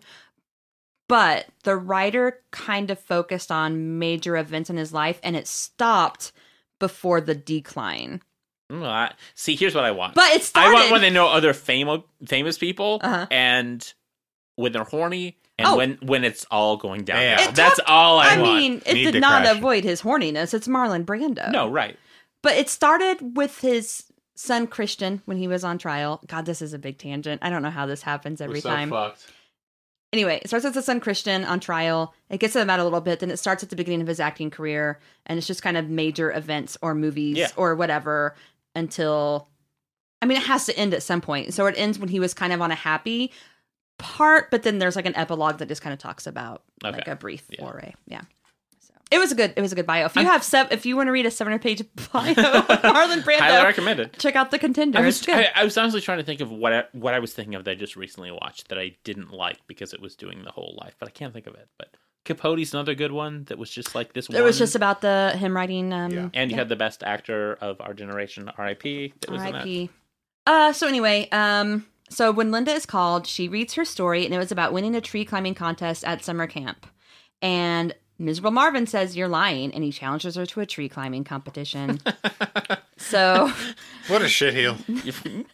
But the writer kind of focused on major events in his life and it stopped before the decline. See, here's what I want. But it I started. want when they know other famous famous people Uh-huh. and when they're horny and Oh. when when it's all going down. Yeah. It That's all I, I want. mean, it Need did to not crash. avoid his horniness. It's Marlon Brando. no, right. But it started with his son Christian when he was on trial. God, this is a big tangent. I don't know how this happens every time. fucked. anyway, it starts with his son Christian on trial. It gets to them out a little bit. Then it starts at the beginning of his acting career, and it's just kind of major events or movies Yeah. or whatever until. I mean, it has to end at some point. So it ends when he was kind of on a happy part, but then there's like an epilogue that just kind of talks about Okay. like a brief Yeah. foray. Yeah. So it was a good. It was a good bio. If you have sev- if you want to read a 700 page [laughs] bio, of [laughs] Marlon Highly Brando, recommended. check out the contender. I it's was, good. I, I was honestly trying to think of what I, what I was thinking of that I just recently watched that I didn't like because it was doing the whole life, but I can't think of it. But Capote's another good one that was just like this one. it was just about the him writing. Um, Yeah. and you had the best actor of our generation, R.I.P. That was in that. R.I.P. Uh, so anyway, um, so when Linda is called, she reads her story, and it was about winning a tree climbing contest at summer camp. And miserable Marvin says, "You're lying," and he challenges her to a tree climbing [laughs] competition. so What [laughs] a shitheel. [laughs]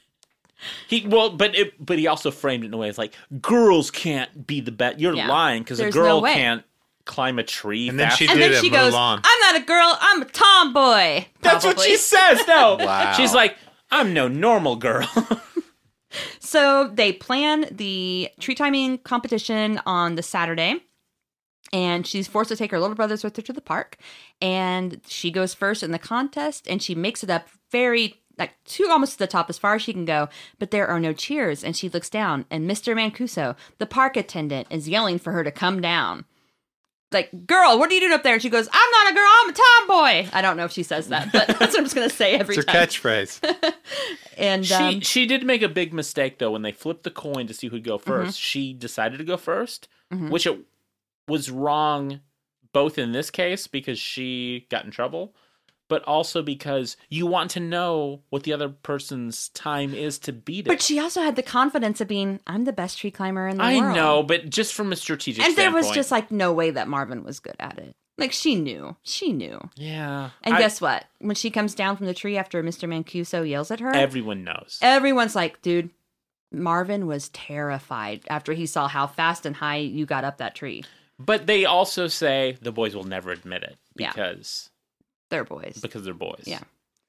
He well, but it, but he also framed it in a way it's like girls can't be the best. You're Yeah. lying because a There's no girl way. can't climb a tree. And then she and did then at she goes, Mulan. "I'm not a girl. I'm a tomboy." That's what probably. she says. No, [laughs] Wow. she's like, I'm no normal girl. [laughs] So they plan the tree climbing competition on the Saturday. And she's forced to take her little brothers with her to the park. And she goes first in the contest and she makes it up very, like, to almost to the top as far as she can go. But there are no cheers. And she looks down, and Mr. Mancuso, the park attendant, is yelling for her to come down. Like, girl, what are you doing up there? And she goes, I'm not a girl, I'm a tomboy. I don't know if she says that, but [laughs] that's what I'm just going to say every It's her time. catchphrase. And she um, she did make a big mistake though when they flipped the coin to see who'd go 1st Mm-hmm. She decided to go 1st Mhm. which it was wrong both in this case because she got in trouble, but also because you want to know what the other person's time is to beat it. But she also had the confidence of being, I'm the best tree climber in the I world. know, but just from a strategic And there standpoint. was just like no way that Marvin was good at it. Like she knew. She knew. yeah. And I- guess what? When she comes down from the tree after Mr. Mancuso yells at her, everyone knows. everyone's like, dude, Marvin was terrified after he saw how fast and high you got up that tree. but they also say the boys will never admit it Yeah. because They're boys. because they're boys. Yeah.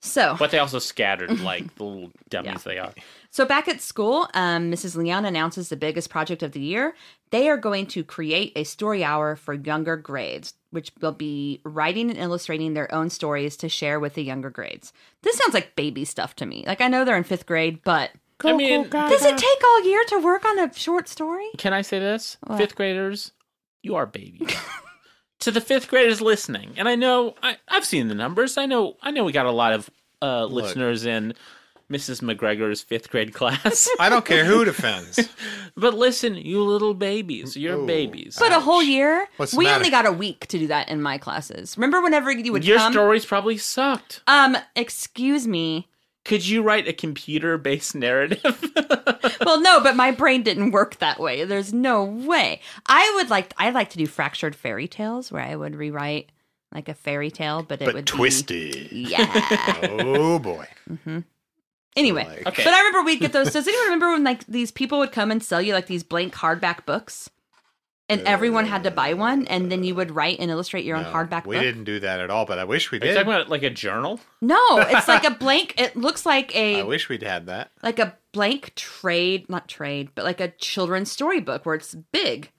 So But they also [laughs] scattered like the little dummies they are. So back at school, um, Mrs. Leon announces the biggest project of the year. They are going to create a story hour for younger grades, which will be writing and illustrating their own stories to share with the younger grades. This sounds like baby stuff to me. Like I know they're in fifth grade, but I mean, does it take all year to work on a short story? can I say this? Fifth graders, you [laughs] are babies. to the fifth graders listening, and I know I, I've seen the numbers. I know I know we got a lot of uh, listeners in Mrs. McGregor's fifth grade [laughs] class. I don't care who [laughs] it offends. but listen, you little babies, you're Ooh. babies. But a whole year? What's the we matter? only got a week to do that in my classes. Remember whenever you would Your come? stories probably sucked. um, excuse me. Could you write a computer based narrative? [laughs] well, no, but my brain didn't work that way. There's no way. I would like I like to do fractured fairy tales where I would rewrite like a fairy tale, but it but would be- twisted. [laughs] yeah. oh boy. Anyway, Like- Okay. but I remember we'd get those. Does anyone remember when like these people would come and sell you like these blank hardback books, and everyone had to buy one, and then you would write and illustrate your own No, hardback We book? didn't do that at all, but I wish we Are you did. talking about like a journal? No, it's [laughs] like a blank. It looks like I a wish we'd had that. like a blank trade, not trade, but like a children's storybook where it's big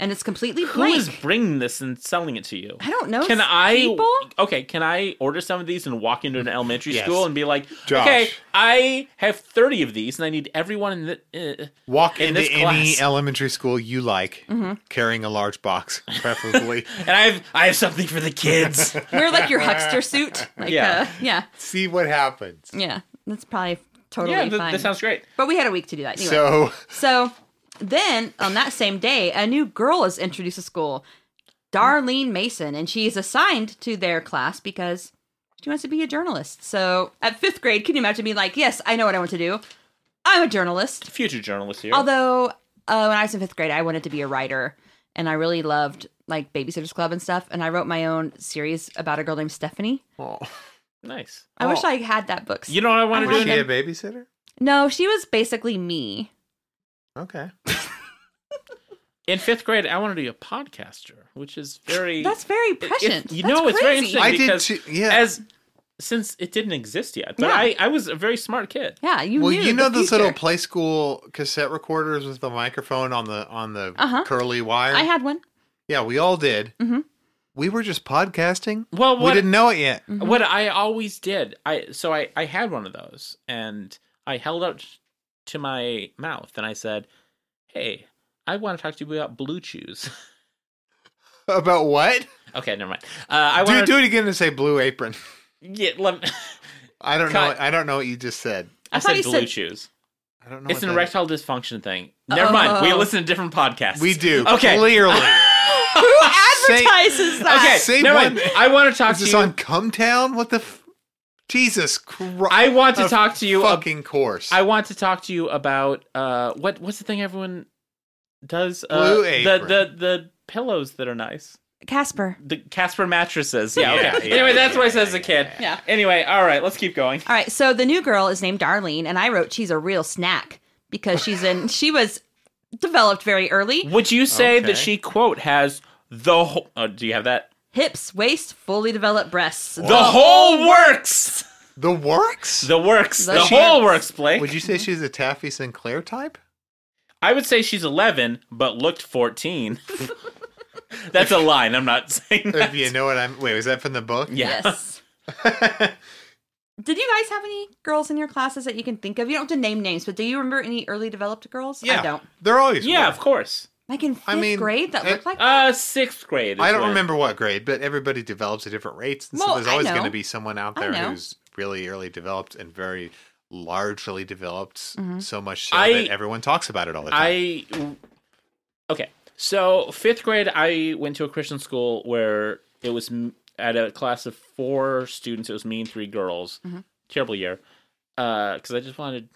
and it's completely Who blank. is bringing this and selling it to you? I don't know. Can I people? okay? Can I order some of these and walk into an elementary Yes. school and be like, Josh. okay, I have thirty of these and I need everyone in the. Uh, Walk In into this any class. elementary school you like, Mm-hmm. carrying a large box, [laughs] [laughs] preferably. and I have I have something for [laughs] the kids. Wear like your [laughs] huckster suit. Like, Yeah. yeah, yeah, See what happens. yeah. That's probably totally yeah, th- fine. that sounds great. but we had a week to do that anyway. So [laughs] So then on that same day, a new girl is introduced to school, Darlene Mason, and she is assigned to their class because she wants to be a journalist. So at fifth grade, can you imagine being like, yes, I know what I want to do? I'm a journalist. Future journalist here. Although uh, when I was in fifth grade, I wanted to be a writer and I really loved like Babysitter's Club and stuff. And I wrote my own series about a girl named Stephanie. nice. I wish Oh. I had that book. You know what I want I to was had she do? a babysitter? no, she was basically me. [laughs] Okay. In fifth grade, I want to be a podcaster, which is very. That's very it- prescient. you That's know, it's very crazy. interesting I did because too- yeah. as since it didn't exist yet, but Yeah. I, I was a very smart kid. Yeah, you Well, knew you know the those little future. play school cassette recorders with the microphone on the on the Uh-huh. curly wire. I had [laughs] one. yeah, we all did. We were just podcasting. Mm-hmm. Well, we what- Mm. didn't know it yet. What I always did, I so I I had one of those, and I held out to my mouth, and I said, "Hey, I want to talk to you about blue chews." [laughs] [laughs] About what? okay, never mind. Uh, I do want do it again and say blue apron. [laughs] Yeah, let me- I don't Cut. know. I don't know what you just said. [laughs] I, I thought said you blue said- chews. I don't know. It's what an that erectile dysfunction thing. Never mind. We Oh. listen to different podcasts. is. We do. Okay. Who Clearly. Say- advertises that? [laughs] Okay. Say never one- mind. I want to talk Is to this you. on Cumtown? What the? F- Jesus Christ! I want to A talk to you. ab- Fucking course. I want to talk to you about uh what what's the thing everyone does? Uh, Blue the Apron. the the pillows that are nice. Casper. The Casper mattresses. Yeah. Yeah, okay. yeah, anyway, that's what I said as a yeah, kid. yeah. Yeah. Anyway, all right. Let's keep going. All right, so the new girl is named Darlene, and I wrote she's a real snack because she's in. she was developed very early. Would you say Okay. that she quote has the whole? Oh, do you have that? Hips, waist, fully developed breasts. The whole works. the works. The Mm-hmm. works. The, The whole shits. works, Blake. Would you say she's a Taffy Sinclair type? I would say she's 11, but looked 14. [laughs] That's a line. I'm not saying that. If you know what I'm. Wait, was that from the book? Yeah. Yes. Did you guys have any girls in your classes that you can think of? You don't have to name names, but do you remember any early developed girls? I don't. They're always. Yeah, were. of course. Like in fifth I mean, eh, grade that I- looked like Uh, sixth grade. is I don't when- remember what grade, but everybody develops at different rates, and so Well, there's I always know. going to be someone out I there know. who's really early developed and very largely developed, Mm-hmm. so much so I- that everyone talks about it all the time. I okay. So fifth grade, I went to a Christian school where it was m- at a class of four students. It was me and three girls. Terrible year, because I just wanted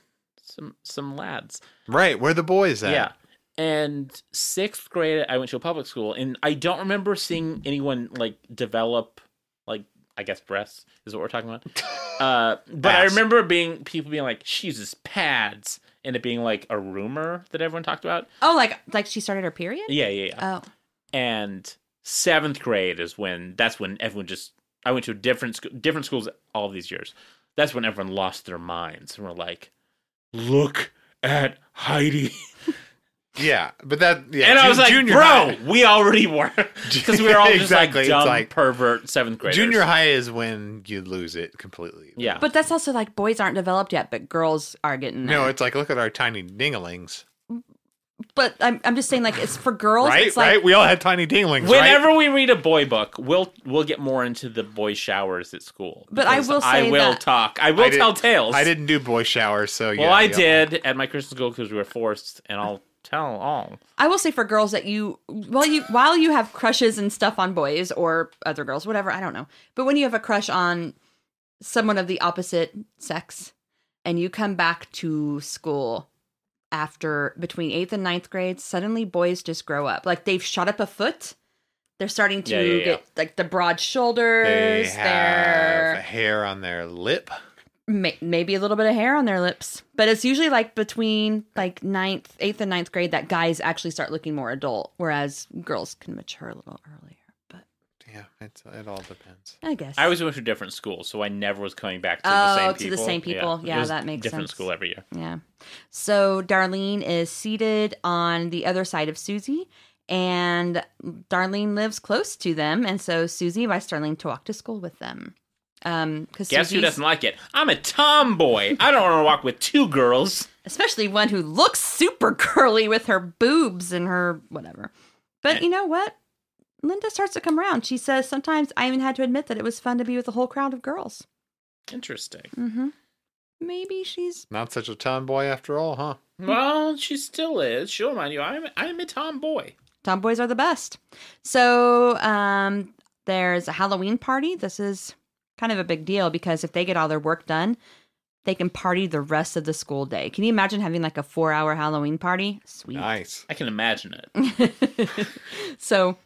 some some lads. right, where the boys at? Yeah. And sixth grade, I went to a public school, and I don't remember seeing anyone like develop, like I guess breasts is what we're talking about. Uh, but I Ass. remember being people being like, "She uses pads," and it being like a rumor that everyone talked about. oh, like like she started her period. Yeah, yeah, yeah. Oh, and seventh grade is when that's when everyone just. I went to a different sc- different schools all these years. That's when everyone lost their minds and were like, "Look at Heidi." yeah, but that. Yeah, and I ju- was like, junior bro, high- we [laughs] already were. Because we were all just Exactly, like it's dumb, like- pervert seventh graders. junior high is when you lose it completely. Yeah. but that's also like boys aren't developed yet, but girls are getting. there. No, it's like look at our tiny dinglings. But I'm, I'm just saying, like, it's for girls. Right, it's like, right. We all had tiny dinglings. Whenever we read a boy book, we'll we'll get more into the boy showers at school. But I Because will I say will that- talk. I will I did- tell tales. right? I didn't do boy showers, so yeah. Well, I yeah. did at my Christian school because we were forced, and I'll tell all. I will say for girls that you, while you, while you have crushes and stuff on boys or other girls, whatever, I don't know. But when you have a crush on someone of the opposite sex, and you come back to school after between eighth and ninth grade, suddenly boys just grow up. Like they've shot up a foot. They're starting to Yeah, yeah, yeah. get like the broad They shoulders. have They're hair on their lip. may- maybe a little bit of hair on their lips, but it's usually like between like ninth, eighth, and ninth grade that guys actually start looking more adult, whereas girls can mature a little earlier. But Yeah, it's, it all depends. I guess I always went to different schools, so I never was coming back to Oh, the same to people. the same people. it Yeah, was that makes different sense. school every year. Yeah. So Darlene is seated on the other side of Susie, and Darlene lives close to them, and so Susie invites Darlene to walk to school with them. Um, because Guess who doesn't like it? I'm a tomboy. I don't want to walk with two girls. especially one who looks super [laughs] curly with her boobs and her whatever. But you know what? Linda starts to come around. She says, "Sometimes I even had to admit that it was fun to be with a whole crowd of girls." Interesting. Mm-hmm. Maybe she's Not such a tomboy after all, huh? Well, she still is. She'll remind you. I'm I'm a tomboy. tomboys are the best. So um, there's a Halloween party. This is kind of a big deal because if they get all their work done, they can party the rest of the school day. Can you imagine having like a four hour Halloween party? Sweet. Nice. I can imagine [laughs] it. so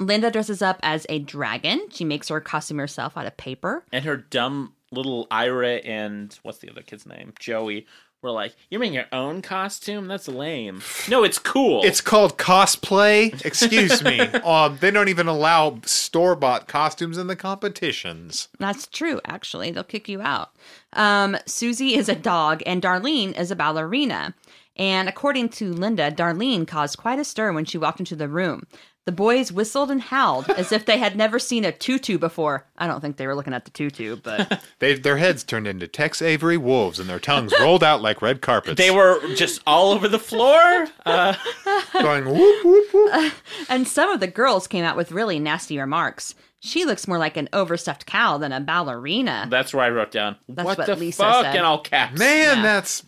Linda dresses up as a dragon. She makes her costume herself out of paper. and her dumb little Ira and what's the other kid's name? Joey were like, You're making your own costume? That's lame. No, it's cool. It's called cosplay. Excuse [laughs] me. Um, they don't even allow store bought costumes in the competitions. That's true, actually. They'll kick you out. Um, Susie is a dog, and Darlene is a ballerina. And according to Linda, Darlene caused quite a stir when she walked into the room. The boys whistled and howled as if they had never seen a tutu before. I don't think they were looking at the tutu, [laughs] but They, their heads turned into Tex Avery wolves and their [laughs] tongues rolled out like red carpets. they were just all over the floor. Uh, [laughs] going whoop, whoop, whoop. and some of the girls came out with really nasty remarks. She looks more like an overstuffed cow than a ballerina. that's where I wrote down. That's what, what the Lisa fuck said. in all caps. Man, Yeah. that's.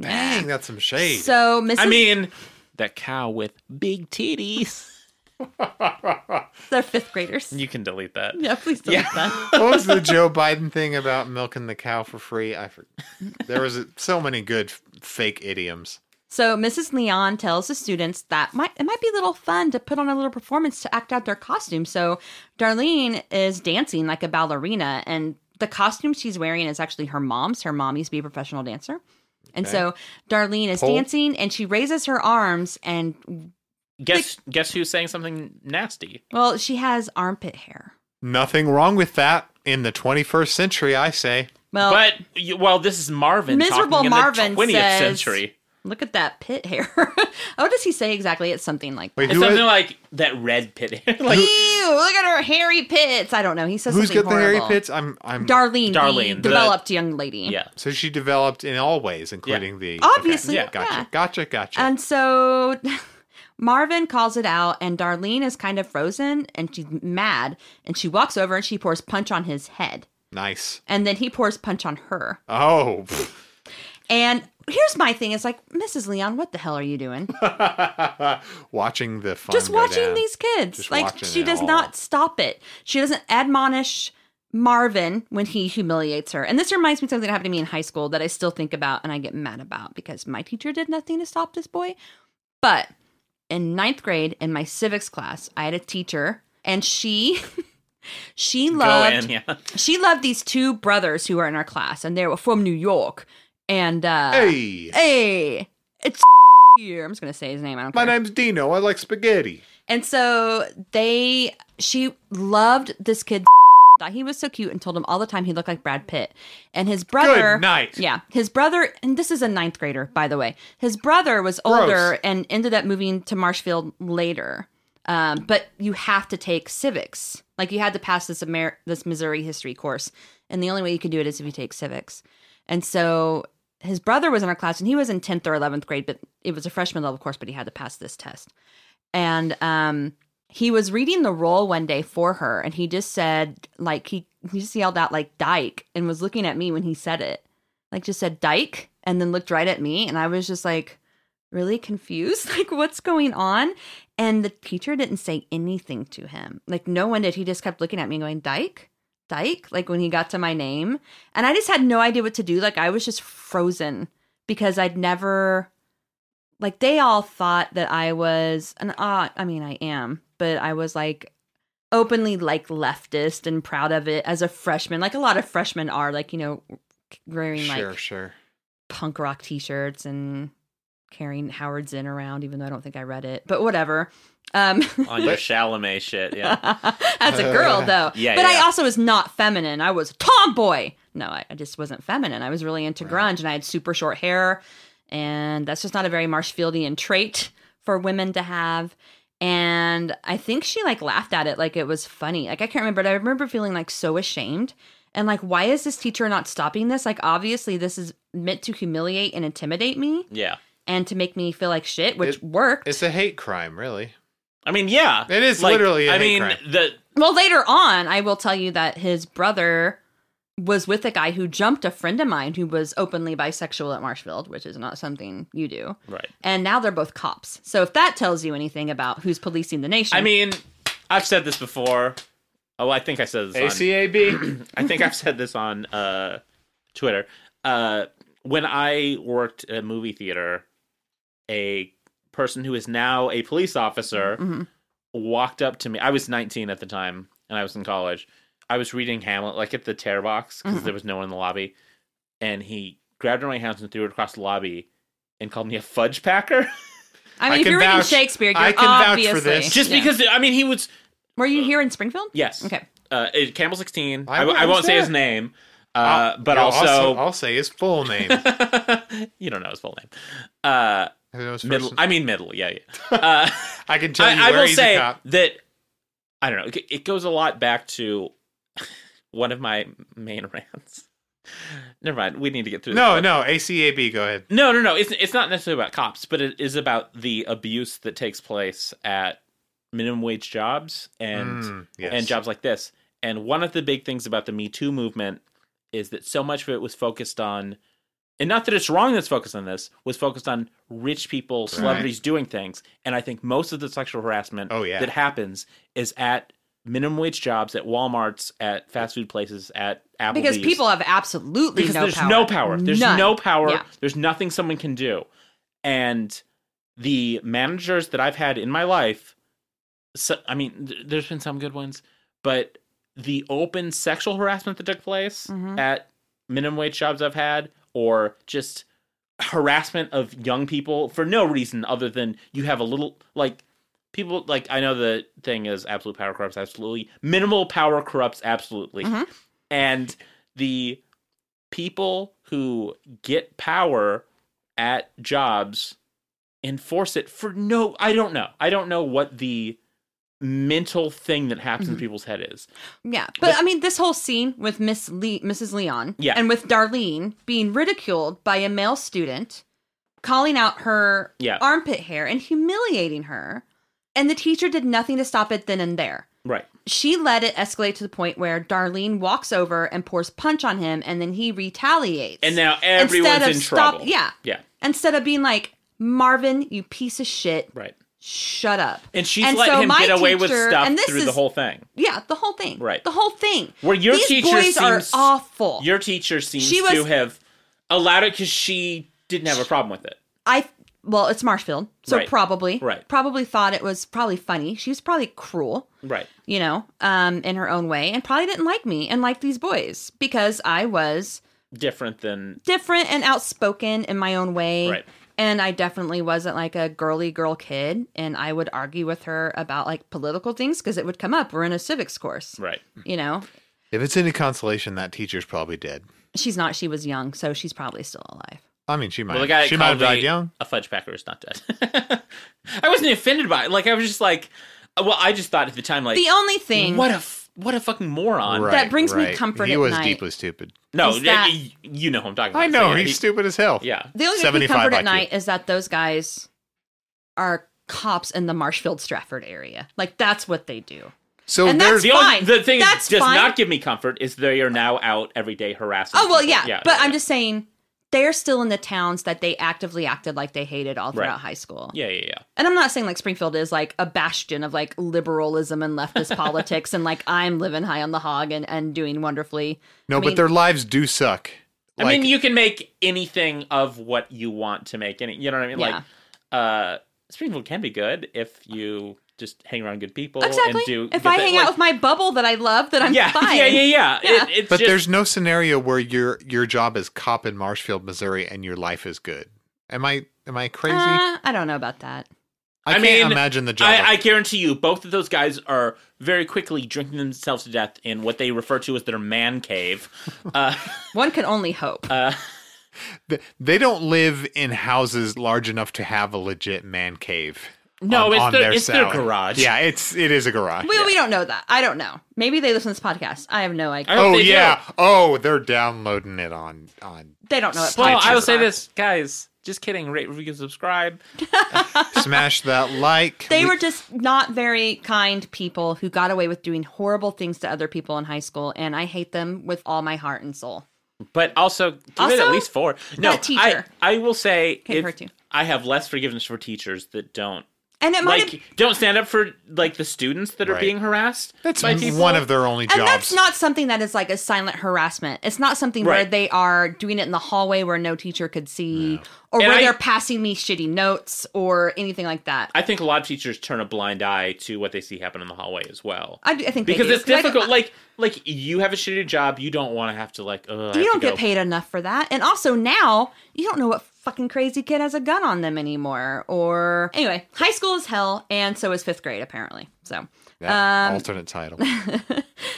Dang, that's some shade. So Mrs. [laughs] I mean, that cow with big titties. they're fifth graders. You can delete that. [laughs] Yeah, please don't Yeah. that. what was [laughs] the Joe Biden thing about milking the cow for free? I for, there was so many good f- fake idioms. So Mrs. Leon tells the students that might it might be a little fun to put on a little performance to act out their costume. So Darlene is dancing like a ballerina, and the costume she's wearing is actually her mom's. Her mom used to be a professional dancer. And so Darlene is Pull. dancing and she raises her arms and Guess guess who's saying something nasty? well, she has armpit hair. Nothing wrong with that in the 21st century, I say. Well, But you- well, this is Oh. Marvin. talking Miserable in the Marvin 20th says- century. look at that pit hair. [laughs] what does he say exactly? It's something like Wait, that. It's who something is- like that red pit. [laughs] like Ew, look at her hairy pits. I don't know. He says Who's something got the hairy horrible. pits? I'm. I'm. Darlene, Darlene, the the- developed young lady. yeah. so she developed in all ways, including the Obviously, Okay, gotcha, yeah. gotcha, gotcha. And so [laughs] Marvin calls it out, and Darlene is kind of frozen and she's mad. And she walks over and she pours punch on his head. nice. And then he pours punch on her. Oh, [laughs] pff, And here's my thing it's like, Mrs. Leon, what the hell are you doing? watching the fun. Just go watching down. these kids. Just like, watching she it does all. not stop it. She doesn't admonish Marvin when he humiliates her. And this reminds me of something that happened to me in high school that I still think about and I get mad about because my teacher did nothing to stop this boy. But in ninth grade in my civics class, I had a teacher and she. [laughs] She loved Go in, [laughs] yeah. she loved these two brothers who were in our class and they were from New York. And uh Hey, hey, it's [laughs] here. I'm just gonna say his name. I don't my care. name's Dino. I like spaghetti. And so they, she loved this kid. [laughs] Thought he was so cute and told him all the time he looked like Brad Pitt. And his brother, Good night. yeah, his brother, and this is a ninth grader, by the way. His brother was older Gross. and ended up moving to Marshfield later. Um, but you have to take civics, like you had to pass this Amer- this Missouri history course, and the only way you could do it is if you take civics. And so his brother was in our class, and he was in tenth or eleventh grade, but it was a freshman level course, but he had to pass this test and um he was reading the roll one day for her and he just said like he he just yelled out like dyke and was looking at me when he said it like just said dyke and then looked right at me and i was just like really confused [laughs] like what's going on and the teacher didn't say anything to him like no one did he just kept looking at me and going dyke dyke like when he got to my name and i just had no idea what to do like i was just frozen because i'd never like they all thought that I was an odd I mean I am, but I was like openly like leftist and proud of it as a freshman. Like a lot of freshmen are like, you know, wearing sure, like sure. punk rock t-shirts and carrying Howard Zinn around even though I don't think I read it. But whatever. Um on your Chalamet shit. Yeah. [laughs] As a girl, though. Yeah, But I yeah. also was not feminine. I was a tomboy. No, I, I just wasn't feminine. I was really into grunge and I had super short hair. And that's just not a very Marshfieldian trait for women to have. And I think she like laughed at it like it was funny. Like I can't remember, but I remember feeling like so ashamed. And like, why is this teacher not stopping this? Like, obviously, this is meant to humiliate and intimidate me Yeah. and to make me feel like shit, which It- worked. It's a hate crime, really. I mean, yeah. It is literally a I hate mean, crime. the Well, later on, I will tell you that his brother was with a guy who jumped a friend of mine who was openly bisexual at Marshfield, which is not something you do. right. And now they're both cops. So if that tells you anything about who's policing the nation, I mean, I've said this before. Oh, I think I said this. on- ACAB. I think I've said this on uh, Twitter. Uh, when I worked at a movie theater, a person who is now a police officer Mhm. walked up to me. I was 19 at the time, and I was in college. I was reading Hamlet, like at the tear box, because Mhm. there was no one in the lobby. And he grabbed one of my hands and threw it across the lobby and called me a fudge packer. [laughs] I I mean, if can you're reading vouch- Shakespeare, you're I can vouch for obviously this. Just Yeah. because, I mean, he was. were you here in Springfield? Yes. Okay. Uh, it- Campbell 16. I I, I was won't say his there. name, [clears throat] uh, but I'll also I'll say his full [laughs] name. you don't know his full name. Uh, Who knows middle. first- I mean middle. Yeah, [laughs] yeah. Uh, I can tell you I, I where will he's say a cop. that I don't know. It, it goes a lot back to one of my main [laughs] rants. Never mind. We need to get through. this. No, no, ACAB. Go ahead. No, no, no. It's it's not necessarily about cops, but it is about the abuse that takes place at minimum wage jobs and Mm, yes. and jobs like this. And one of the big things about the Me Too movement is that so much of it was focused on, and not that it's wrong that's focused on this, was focused on rich people, celebrities doing things. And I think most of the sexual harassment Oh, yeah. that happens is at minimum wage jobs, at Walmart's, at fast food places, at Applebee's. Because people have absolutely because no there's power. no power. There's None. no power. Yeah. There's nothing someone can do. And the managers that I've had in my life, so, I mean, th- there's been some good ones, but the open sexual harassment that took place Mhm. at minimum wage jobs I've had, or just harassment of young people for no reason other than you have a little like people like I know the thing is absolute power corrupts absolutely minimal power corrupts absolutely Mhm. and the people who get power at jobs enforce it for no I don't know I don't know what the mental thing that happens Mm-hmm. in people's head is Yeah, but, I mean, this whole scene with Miss Le- Mrs. Leon, Yeah. and with Darlene being ridiculed by a male student, calling out her Yeah. armpit hair and humiliating her, and the teacher did nothing to stop it then and there. right She let it escalate to the point where Darlene walks over and pours punch on him, and then he retaliates. and now everyone's Instead of in stop- trouble yeah. yeah instead of being like Marvin, you piece of shit, right shut up. and she's And let so him my get away with teacher- stuff and this through the is- whole thing Yeah, the whole thing. Right. the whole thing. Where your These teacher boys are seems- awful. Your teacher seems She was- to have allowed it because she didn't have a problem with it. I well, it's Marshfield, so Right. probably Right. probably thought it was probably funny. She was probably cruel, Right. you know, um, in her own way, and probably didn't like me and like these boys because I was Different than different and outspoken in my own way. Right. And I definitely wasn't like a girly girl kid, and I would argue with her about like political things because it would come up. We're in a civics course, right. you know. If it's any consolation, that teacher's probably dead. She's not; she was young, so she's probably still alive. I mean, she might. Well, the guy that she might have called me died young. A fudge packer is not dead. [laughs] I wasn't offended by it. Like I was just like, well, I just thought at the time like, The only thing what a f- what a fucking moron. Right, That brings me right. comfort He at was night. deeply stupid. No, Is yeah, that- you, you know who I'm talking about. I know So, yeah, he's he- stupid as hell. Yeah. The only thing we 75 comfort at IQ. night is that those guys are cops in the Marshfield Stratford area. Like that's what they do. So And that's there's The only Fine. the thing that That's does fine. not give me comfort is they are now out every day harassing. Oh well, people. yeah. but yeah, I'm just saying they're still in the towns that they actively acted like they hated all throughout Right. high school. yeah, yeah, yeah. And I'm not saying like Springfield is like a bastion of like liberalism and [laughs] leftist politics and like I'm living high on the hog and, and doing wonderfully. no, I mean- but their lives do suck. I mean, you can make anything of what you want to make. Any, you know what I mean? Yeah. Like, uh, Springfield can be good if you just hang around good people Exactly. and do. if get I that, hang like- out with my bubble that I love, then I'm yeah, [laughs] fine. yeah, yeah, yeah, Yeah. It, it's But just, there's no scenario where your your job is cop in Marshfield, Missouri, and your life is good. Am I am I crazy? Uh, I don't know about that. I, I can't mean, imagine the job. I, I guarantee you, both of those guys are very quickly drinking themselves to death in what they refer to as their man cave. Uh, One can only hope. uh, Th- they don't live in houses large enough to have a legit man cave. No, it's their- it's their salary. garage. Yeah, it's it is a garage. well, we don't know that. I don't know. Maybe they listen to this podcast. I have no idea. I hope oh they do. yeah. Oh, they're downloading it on on they don't know. What [laughs] well, I will podcasts say are. this, guys. Just kidding. Rate, review, subscribe. smash that like. [laughs] They We- were just not very kind people who got away with doing horrible things to other people in high school, and I hate them with all my heart and soul. But also, give it at Also, least four. No, that teacher. I, I will say, Can't if- hurt you. I have less forgiveness for teachers that don't And it might like don't stand up for like the students that are Right. being harassed. that's by people. one of their only jobs. And that's not something that is like a silent harassment. It's not something where Right. they are doing it in the hallway where no teacher could see, or And where I- they're passing me shitty notes or anything like that. I, I think a lot of teachers turn a blind eye to what they see happen in the hallway as well. do- I think they because do. it's 'Cause I- difficult. like, like you have a shitty job, you don't want to have to like. Ugh, I you have don't to get go. paid enough for that. And also now you don't know what fucking crazy kid has a gun on them anymore. Or anyway, high school is hell, and so is fifth grade apparently. So. um, That [laughs] alternate title.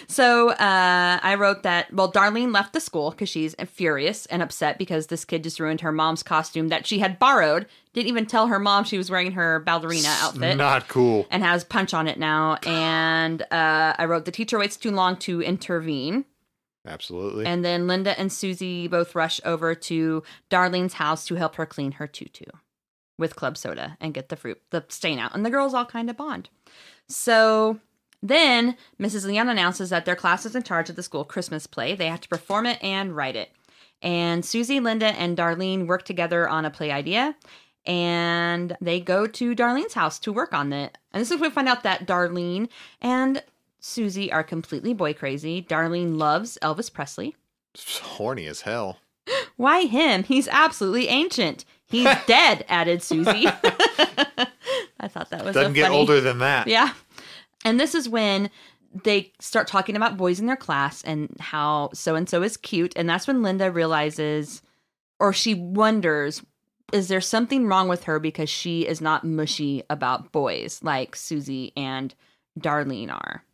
So uh, I wrote that. Well, Darlene left the school because she's furious and upset because this kid just ruined her mom's costume that she had borrowed. Didn't even tell her mom she was wearing her ballerina outfit Not cool. and has punch on it now. And uh, I wrote the teacher waits too long to intervene. Absolutely. And then Linda and Susie both rush over to Darlene's house to help her clean her tutu with club soda and get the fruit, the stain out. And the girls all kind of bond. So then Mrs. Leon announces that their class is in charge of the school Christmas play. They have to perform it and write it. And Susie, Linda, and Darlene work together on a play idea. And they go to Darlene's house to work on it. And this is when we find out that Darlene and Susie are completely boy crazy. Darlene loves Elvis Presley. horny as hell. Why him? He's absolutely ancient. He's dead, added Susie. [laughs] I thought that was Doesn't a get funny. older than that. Yeah. And this is when they start talking about boys in their class and how so and so is cute. And that's when Linda realizes, or she wonders, is there something wrong with her because she is not mushy about boys like Susie and Darlene are?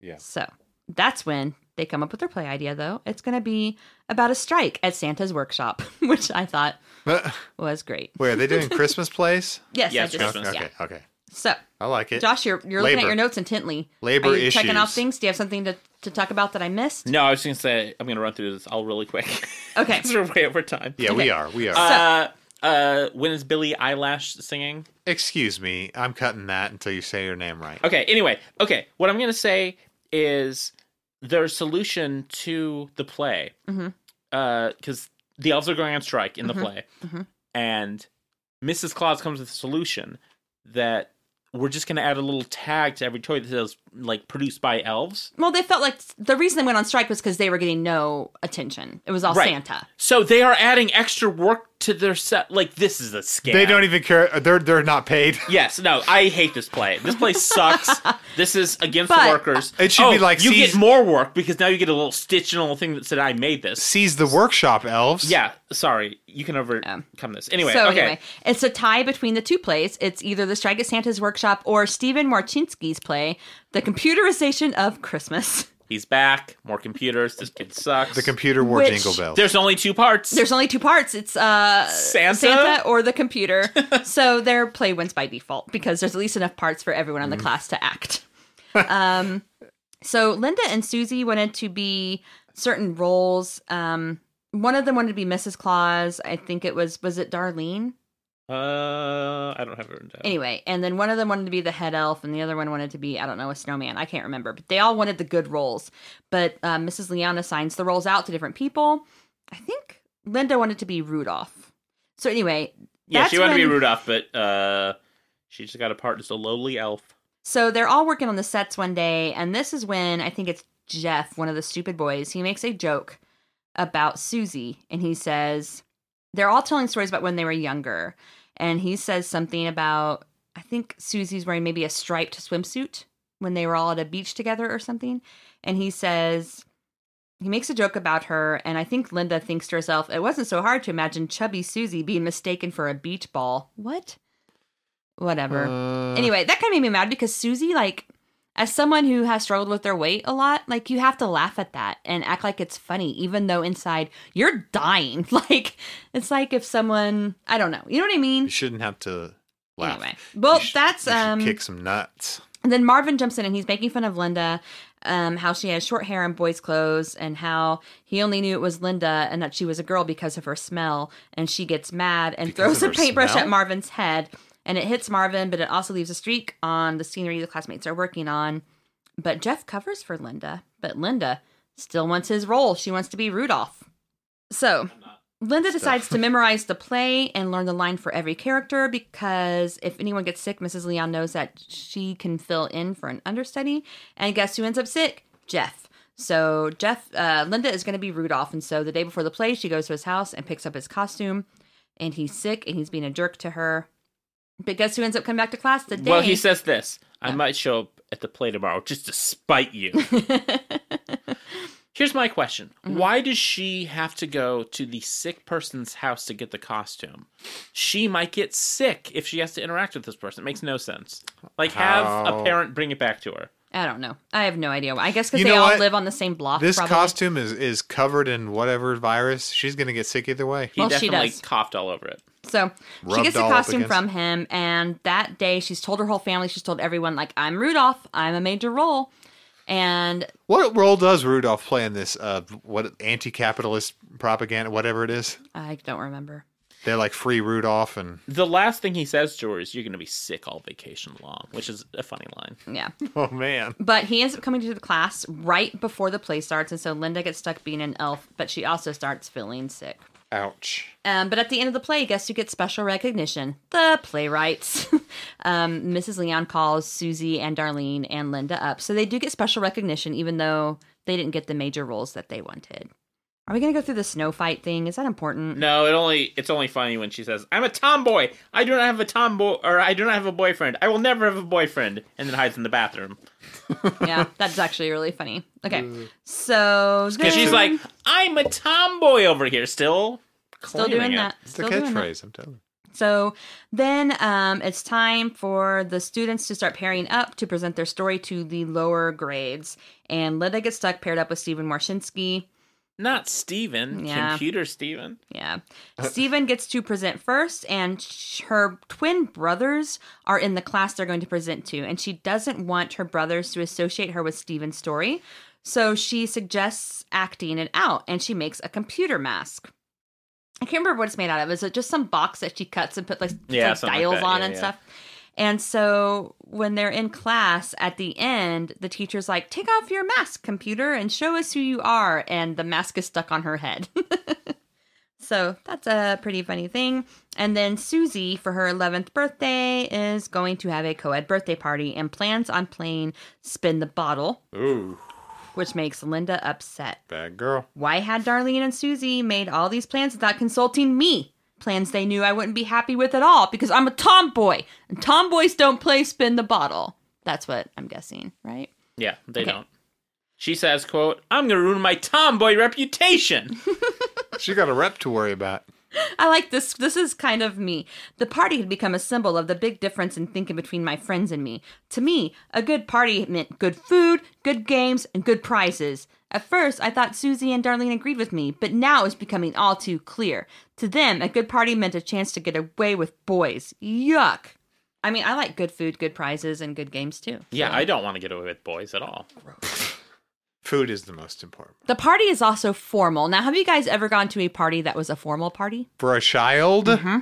Yeah. So that's when they come up with their play idea, though. It's going to be about a strike at Santa's workshop, [laughs] which I thought But- was great. Wait, are they doing Christmas plays? Yes, Yeah, I it's just, Okay, [laughs] Christmas. yeah. okay, okay. So I like it. Josh, you're you're looking at Labor. your notes intently. Labor Are you checking off issues. things? Do you have something to, to talk about that I missed? No, I was just gonna say I'm gonna run through this all really quick. Okay. [laughs] because we're way over time. yeah, okay. we are. We are. Uh, uh, when is Billie Eyelash singing? Excuse me. I'm cutting that until you say your name right. Okay. Anyway, okay. What I'm gonna say is their solution to the play, Mhm. because the elves are going on strike in the play, and Mrs. Claus comes with a solution that we're just gonna add a little tag to every toy that says like produced by elves. Well, they felt like the reason they went on strike was because they were getting no attention. It was all Right. Santa. So they are adding extra work to their set. Like this is a scam. They don't even care. They're they're not paid. [laughs] Yes, no, I hate this play. This [laughs] play sucks. this is against But- the workers. It should Oh, be like you season- get more work because now you get a little stitch and a little thing that said I made this. Seize the workshop, elves. Yeah, sorry, you can overcome this. Anyway, so okay. anyway, it's a tie between the two plays. It's either the Strike at Santa's Workshop or Stephen Marchinsky's play, The Computerization of Christmas. [laughs] he's back. More computers. This kid sucks. The computer wore Which- jingle bells. There's only two parts. There's only two parts. It's uh Santa? Santa or the computer. so their play wins by default because there's at least enough parts for everyone in the class to act. um so Linda and Susie wanted to be certain roles. Um one of them wanted to be Mrs. Claus. I think it was was it Darlene? uh, I don't have it written down. Anyway, and then one of them wanted to be the head elf, and the other one wanted to be I don't know a snowman. I can't remember, but they all wanted the good roles. But uh, Mrs. Leon assigns the roles out to different people. I think Linda wanted to be Rudolph. So anyway, yeah, she that's wanted to be when- Rudolph, but uh, she just got a part as a lowly elf. So they're all working on the sets one day, and this is when I think it's Jeff, one of the stupid boys, he makes a joke about Susie, and he says, They're all telling stories about when they were younger. and he says something about I think Susie's wearing maybe a striped swimsuit when they were all at a beach together or something, and he says he makes a joke about her, and I think Linda thinks to herself, it wasn't so hard to imagine chubby Susie being mistaken for a beach ball. What? Whatever Uh, anyway, that kind of made me mad because Susie, like, as someone who has struggled with their weight a lot, like, you have to laugh at that and act like it's funny, even though inside you're dying. [laughs] Like, it's like if someone, I don't know, you know what I you mean? shouldn't have to laugh. Anyway, well, You sh- that's you should um. kick some nuts. And then Marvin jumps in and he's making fun of Linda, um, how she has short hair and boys' clothes, and how he only knew it was Linda and that she was a girl because of her smell. And she gets mad and Because throws a of her paintbrush smell? at Marvin's head, and it hits Marvin, but it also leaves a streak on the scenery the classmates are working on. But Jeff covers for Linda, but Linda still wants his role. She wants to be Rudolph. So Linda decides to memorize the play and learn the line for every character because if anyone gets sick, Mrs. Leon knows that she can fill in for an understudy. And guess who ends up sick? Jeff. So Jeff, uh, Linda is going to be Rudolph, and so the day before the play, she goes to his house and picks up his costume, and he's sick and he's being a jerk to her. But guess who ends up coming back to class the day? Well, he says this. I might show up at the play tomorrow just to [laughs] spite you. Here's my question. Mm-hmm. Why does she have to go to the sick person's house to get the costume? She might get sick if she has to interact with this person. It makes no sense. Like have a How- parent bring it back to her. I don't know. I have no idea. I guess because You they know all what? live on the same block. This probably. costume is is covered in whatever virus. She's gonna get sick either way. He Well, she definitely does. coughed all over it. So she Rubbed gets a all up costume against- from him, and that day she's told her whole family, she's told everyone, like, I'm Rudolph, I'm a major role. And What role does Rudolph play in this? Uh, what anti-capitalist propaganda, whatever it is? I don't remember. They're like free Rudolph, and [laughs] The last thing he says to her is you're going to be sick all vacation long, which is a funny line. Yeah. oh man, But he ends up coming to the class right before the play starts, and so Linda gets stuck being an elf, but she also starts feeling sick. ouch. Um, but at the end of the play, guess who gets special recognition? The playwrights. [laughs] um, Mrs. Leon calls Susie and Darlene and Linda up. So they do get special recognition, even though they didn't get the major roles that they wanted. Are we going to go through the snow fight thing? Is that important? No, it only it's only funny when she says, "I'm a tomboy. I do not have a tomboy, or I do not have a boyfriend. I will never have a boyfriend," and then hides in the bathroom yeah, that's actually really funny. Okay. So then, because she's like, "I'm a tomboy over here still." still claiming doing it. that. It's Still the doing that. catchphrase. I'm telling. So then um, it's time for the students to start pairing up to present their story to the lower grades. And Linda gets stuck paired up with Stephen Warshinsky. Not Steven, Yeah. computer Steven. Yeah. Uh. Steven gets to present first, and sh- her twin brothers are in the class they're going to present to, and she doesn't want her brothers to associate her with Steven's story. So she suggests acting it out, and she makes a computer mask. I can't remember what it's made out of. Is it just some box that she cuts and put like, Yeah, like, something like dials that. on Yeah, and yeah. stuff? And so when they're in class at the end, the teacher's like, Take off your mask, computer, and show us who you are. And the mask is stuck on her head. So that's a pretty funny thing. And then Susie, for her 11th birthday, is going to have a co ed birthday party and plans on playing Spin the Bottle, Ooh, which makes Linda upset. bad girl. Why had Darlene and Susie made all these plans without consulting me? Plans they knew I wouldn't be happy with at all because I'm a tomboy and tomboys don't play Spin the Bottle. That's what I'm guessing, right? Yeah, they Okay. don't. She says, "quote I'm gonna ruin my tomboy [laughs] reputation." She got a rep to worry about. I like this. This is kind of me. The party had become a symbol of the big difference in thinking between my friends and me. To me, a good party meant good food, good games, and good prizes. At first, I thought Susie and Darlene agreed with me, but now it's becoming all too clear. To them, a good party meant a chance to get away with boys. Yuck. I mean, I like good food, good prizes, and good games too. yeah, I don't want to get away with boys at all. Food is the most important The party is also formal. Now, have you guys ever gone to a party that was a formal party? for a child. Mm-hmm.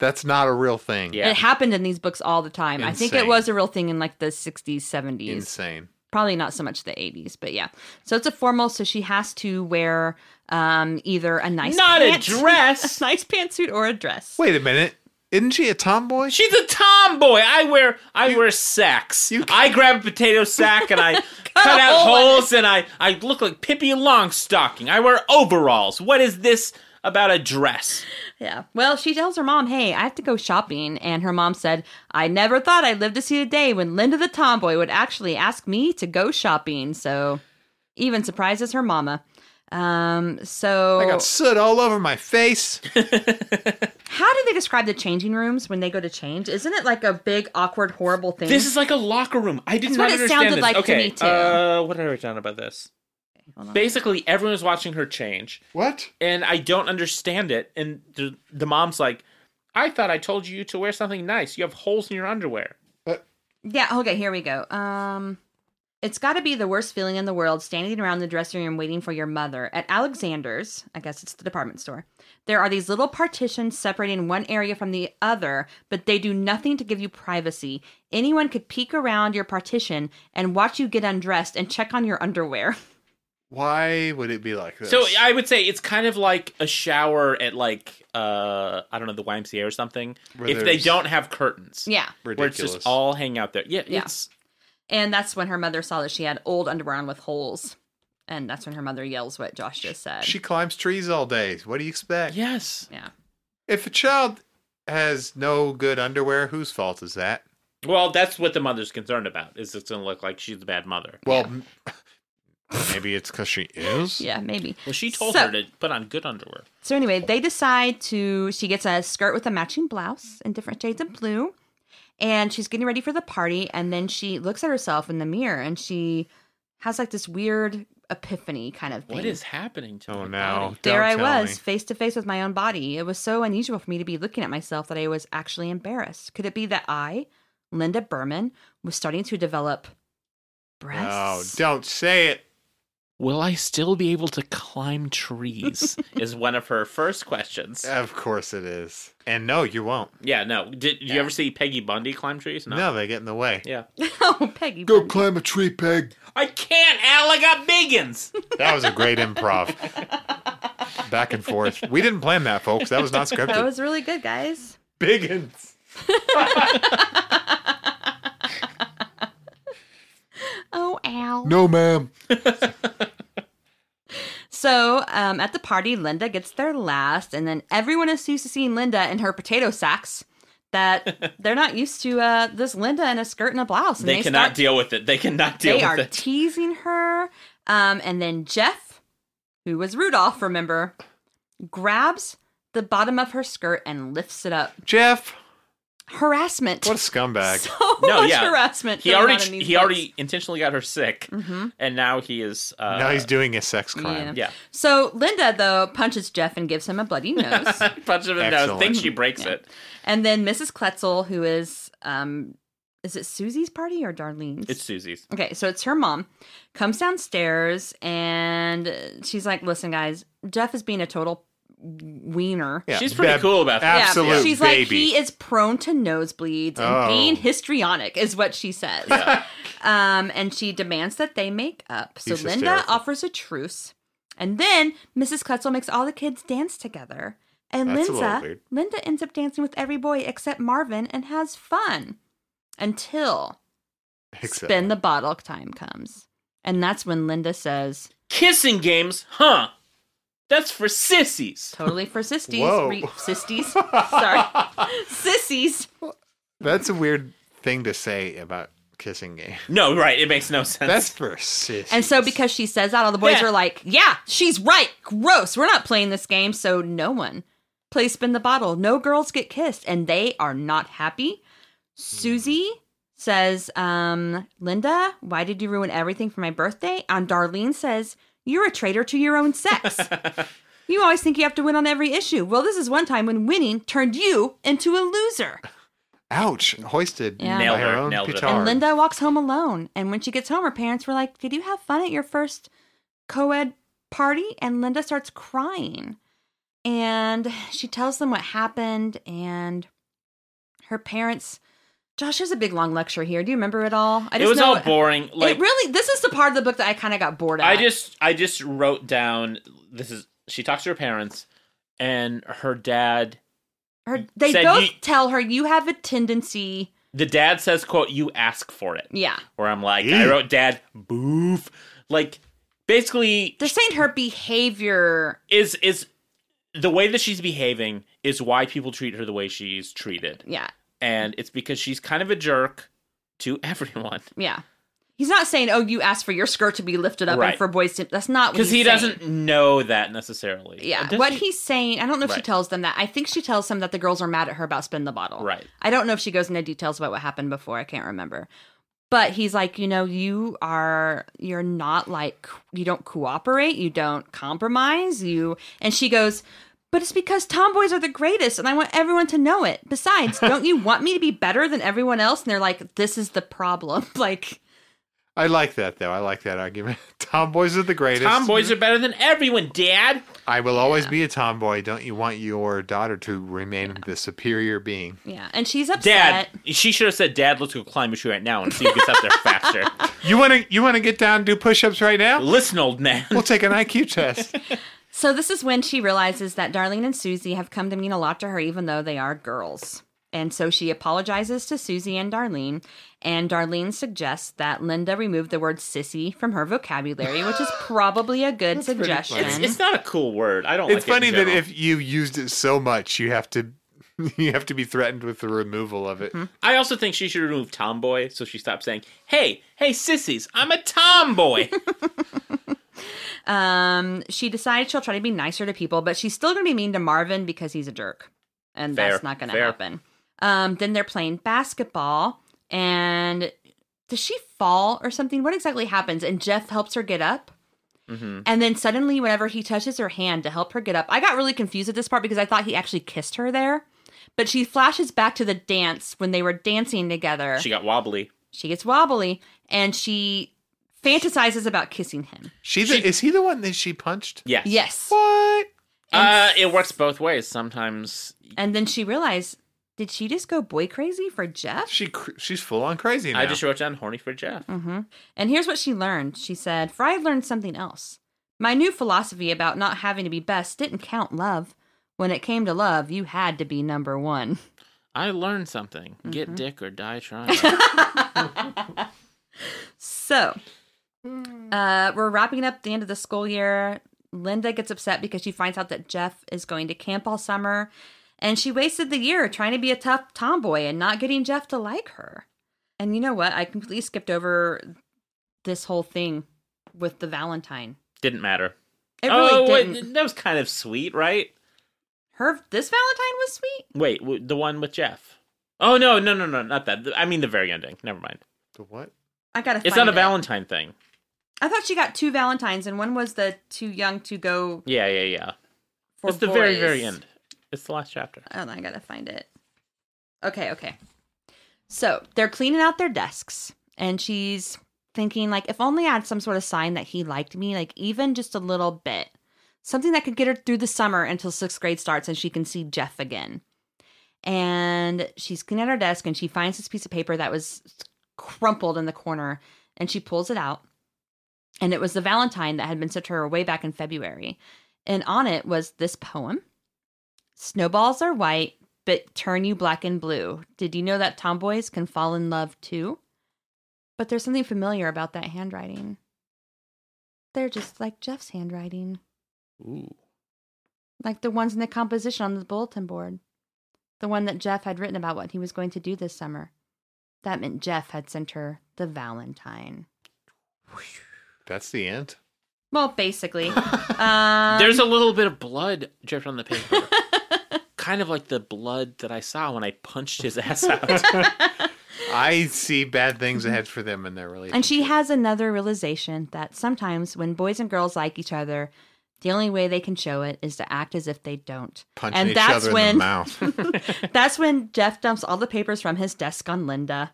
That's not a real thing. Yeah. It happened in these books all the time. I think it Insane. was a real thing in like the 60s, 70s. insane. Probably not so much the 80s, but yeah. So it's a formal, so she has to wear um, either a nice [laughs] Not a pant- dress. a nice pantsuit or a dress. Wait a minute. Isn't she a tomboy? She's a tomboy. I wear I wear sacks. you- I grab a potato sack and I cut out hole in holes and I I look like Pippi Longstocking. I wear overalls. What is this? about a dress. Yeah. Well, she tells her mom, hey, I have to go shopping. And her mom said, I never thought I'd live to see the day when Linda the tomboy would actually ask me to go shopping. So even surprises her mama. Um, so I got soot all over [laughs] my face. how do they describe the changing rooms when they go to change? Isn't it like a big, awkward, horrible thing? This is like a locker room. I did That's not what it understand sounded this. like to okay, me, too. Uh, what did I write down about this? hold on. Basically, everyone's watching her change, What? and I don't understand it. And the, the mom's like, "I thought I told you to wear something nice. You have holes in your underwear." Uh, Yeah, okay, here we go. Um it's got to be the worst feeling in the world standing around the dressing room waiting for your mother. At Alexander's, I guess it's the department store, there are these little partitions separating one area from the other, but they do nothing to give you privacy. Anyone could peek around your partition and watch you get undressed and check on your underwear. [laughs] Why would it be like this? So I would say it's kind of like a shower at like uh I don't know the YMCA or something. Where if they there's- don't have curtains, yeah. where ridiculous. it's just all hang out there. Yeah, Yeah. it's And that's when her mother saw that she had old underwear on with holes. And that's when her mother yells what Josh just said. she climbs trees all day. What do you expect? yes. yeah. If a child has no good underwear, whose fault is that? Well, that's what the mother's concerned about. Is it's going to look like she's a bad mother? Well, m maybe it's because she is. Yeah, maybe. Well, she told So- her to put on good underwear. So anyway, they decide to. She gets a skirt with a matching blouse in different shades of blue, and she's getting ready for the party. And then she looks at herself in the mirror, and she has like this weird epiphany kind of thing. What is happening to Oh my no! body? There Don't I tell was, me. face to face with my own body. It was so unusual for me to be looking at myself that I was actually embarrassed. Could it be that I, Linda Berman, was starting to develop No, [laughs] Oh, breasts? Oh, don't say it. Will I still be able to [laughs] climb trees? is one of her first questions. Of course it is. And no, you won't. yeah, no. Did, did you ever see Peggy Bundy climb trees? No, they get in the way. Yeah. oh, Peggy. Bundy. climb a tree, Peg. I can't, Al. I got biggins. That was a great improv. Back and forth. We didn't plan that, folks. That was not [laughs] scripted. That was really good, guys. Biggins. Oh, ow. No, ma'am. So um, at the party, Linda gets there last, and then everyone is used to seeing Linda in her potato sacks. [laughs] That they're not used to uh, this Linda in a skirt and a blouse. And they, cannot start- deal with it. They cannot deal They with are it. teasing her, um, and then Jeff, who was Rudolph, remember, grabs the bottom of her skirt and lifts it up. Jeff, Harassment. what [laughs] a scumbag. so No, much yeah. harassment. he going on already in these Mm-hmm. he books. already intentionally got her sick, and now he is. Uh, now he's doing a sex crime. [laughs] yeah. [laughs] So Linda though punches Jeff and gives him a bloody nose. Punch him in the nose. Excellent. Think she breaks Yeah. it. And then Mrs. Kletzel, who is, um, is it Susie's party or Darlene's? It's Susie's. okay, so it's her mom, comes downstairs and she's like, listen, guys, Jeff is being a total wiener. Yeah, She's pretty cool about that. Absolute Yeah, she's like, baby. he is prone to nosebleeds and Oh. being histrionic, is what she says. um, and she demands that they make up. So He's Linda hysterical. offers a truce. And then Mrs. Kletzel makes all the kids dance together. And That's a little Linda, weird. Linda ends up dancing with every boy except Marvin and has fun until Except- spin the bottle time comes. And that's when Linda says, Kissing games, huh? That's for sissies. totally [laughs] for sisties. Whoa. Re- [laughs] sisties. Sorry. [laughs] Sissies. That's a weird thing to say about kissing game. No, right? It makes no sense. That's for sissies. And so because she says that, all the boys Yeah. are like, yeah, she's right. Gross. We're not playing this game. So no one plays spin the bottle. No girls get kissed. And they are not happy. Susie says, um, Linda, why did you ruin everything for my birthday? And Darlene says, you're a traitor to your own sex. you always think you have to win on every issue. Well, this is one time when winning turned you into a loser. Ouch! Hoisted Yeah. by Nailed her her, own nailed her. petard. And Linda walks home alone. And when she gets home, her parents were like, Did you have fun at your first co ed party? And Linda starts crying. And she tells them what happened. And her parents, Josh, there's a big long lecture here. Do you remember it all? I it was all know- boring. Like it really, this is the part of the book that I kind of got bored at. I just I just wrote down. This is she talks to her parents, and her dad. her, they said both you- tell her, You have a tendency. The dad says, "quote You ask for it." Yeah. Where I'm like, I Ew. wrote dad boof. Like basically They're saying her behavior is is the way that she's behaving is why people treat her the way she's treated. Yeah. And it's because she's kind of a jerk to [laughs] everyone. Yeah. He's not saying, "Oh, you asked for your skirt to be lifted up Right. and for boys to." That's not what Because he he's saying. doesn't know that necessarily. Yeah, Does what he- he's saying, I don't know if she Right. tells them that. I think she tells them that the girls are mad at her about spin the bottle. Right. I don't know if she goes into details about what happened before. I can't remember. But he's like, you know, you are you're not like you don't cooperate, you don't compromise, you and she goes, "But it's because tomboys are the greatest and I want everyone to know it. [laughs] Besides, don't you want me to be better than everyone else?" And they're like, "This is the problem." [laughs] Like, I like that though. I like that argument. [laughs] Tomboys are the greatest. Tomboys are better than everyone, Dad. I will always be a tomboy. Don't you want your daughter to remain the superior being? yeah. And she's upset. Dad. She should have said, Dad, let's go climb a tree right now and see who gets up there faster. You want to you want to get down and do push-ups right now? Listen, old man. We'll take an IQ test. So this is when she realizes that Darlene and Susie have come to mean a lot to her, even though they are girls. And so she apologizes to Susie and Darlene, and Darlene suggests that Linda remove the word sissy from her vocabulary, which is probably a good pretty suggestion. funny. [laughs] It's not a cool word. I don't It's like funny it in that general. if you used it so much, you have to [laughs] you have to be threatened with the removal of it. Mm-hmm. I also think she should remove tomboy so she stops saying, Hey, hey, sissies, I'm a tomboy. um, she decides she'll try to be nicer to people, but she's still going to be mean to Marvin because he's a jerk, and Fair, that's not going to fair. happen. Um, then they're playing basketball, and does she fall or something? What exactly happens? And Jeff helps her get up. Mm-hmm. And then suddenly, whenever he touches her hand to help her get up, I got really confused at this part because I thought he actually kissed her there. But she flashes back to the dance when they were dancing together. she got wobbly. she gets wobbly and she fantasizes about kissing him. She, the, is he the one that she punched? Yes. Yes. What? Uh, it works both ways. Sometimes And then she realized, did she just go boy crazy for Jeff? She cr- she's full on crazy now. I just wrote down horny for Jeff. Mm. And here's what she learned. She said, For I have learned something else. My new philosophy about not having to be best didn't count love. When it came to love, you had to be number one. I learned something. Mm-hmm. Get dick or [laughs] die trying. So, uh, we're wrapping up the end of the school year. Linda gets upset because she finds out that Jeff is going to camp all summer. And she wasted the year trying to be a tough tomboy and not getting Jeff to like her. And you know what? I completely skipped over this whole thing with the Valentine. didn't matter. It really oh, wait, didn't. that was kind of sweet, right? Her this Valentine was sweet. Wait, w- the one with Jeff. Oh no, no, no, no, not that. I mean the very ending. Never mind. The what? I gotta. It's find not a it. Valentine thing. I thought she got two Valentines, and one was the too young to go. Yeah, yeah, yeah. For it's the very, boys. very end. It's the last chapter. Hold on, I gotta find it. Okay, okay. So they're cleaning out their desks, and she's thinking, like, if only I had some sort of sign that he liked me, like even just a little bit, something that could get her through the summer until sixth grade starts and she can see Jeff again. And she's cleaning out her desk, and she finds this piece of paper that was crumpled in the corner, and she pulls it out. And it was the Valentine that had been sent to her way back in February. And on it was this poem. Snowballs are white, but turn you black and blue. Did you know that tomboys can fall in love too? But there's something familiar about that handwriting. They're just like Jeff's handwriting, Um, Ooh. like the ones in the composition on the bulletin board. The one that Jeff had written about what he was going to do this summer. That meant Jeff had sent her the Valentine. That's the end. Well, basically. um, There's a little bit of blood dripped on [laughs] the paper. kind of like the blood that I saw when I [laughs] punched his ass out. I see bad things ahead for them in their relationship. Mm-hmm. And she has another realization that sometimes when boys and girls like each other, the only way they can show it is to act as if they don't. punching and each that's other when in the mouth. [laughs] that's when Jeff dumps all the papers from his desk on Linda.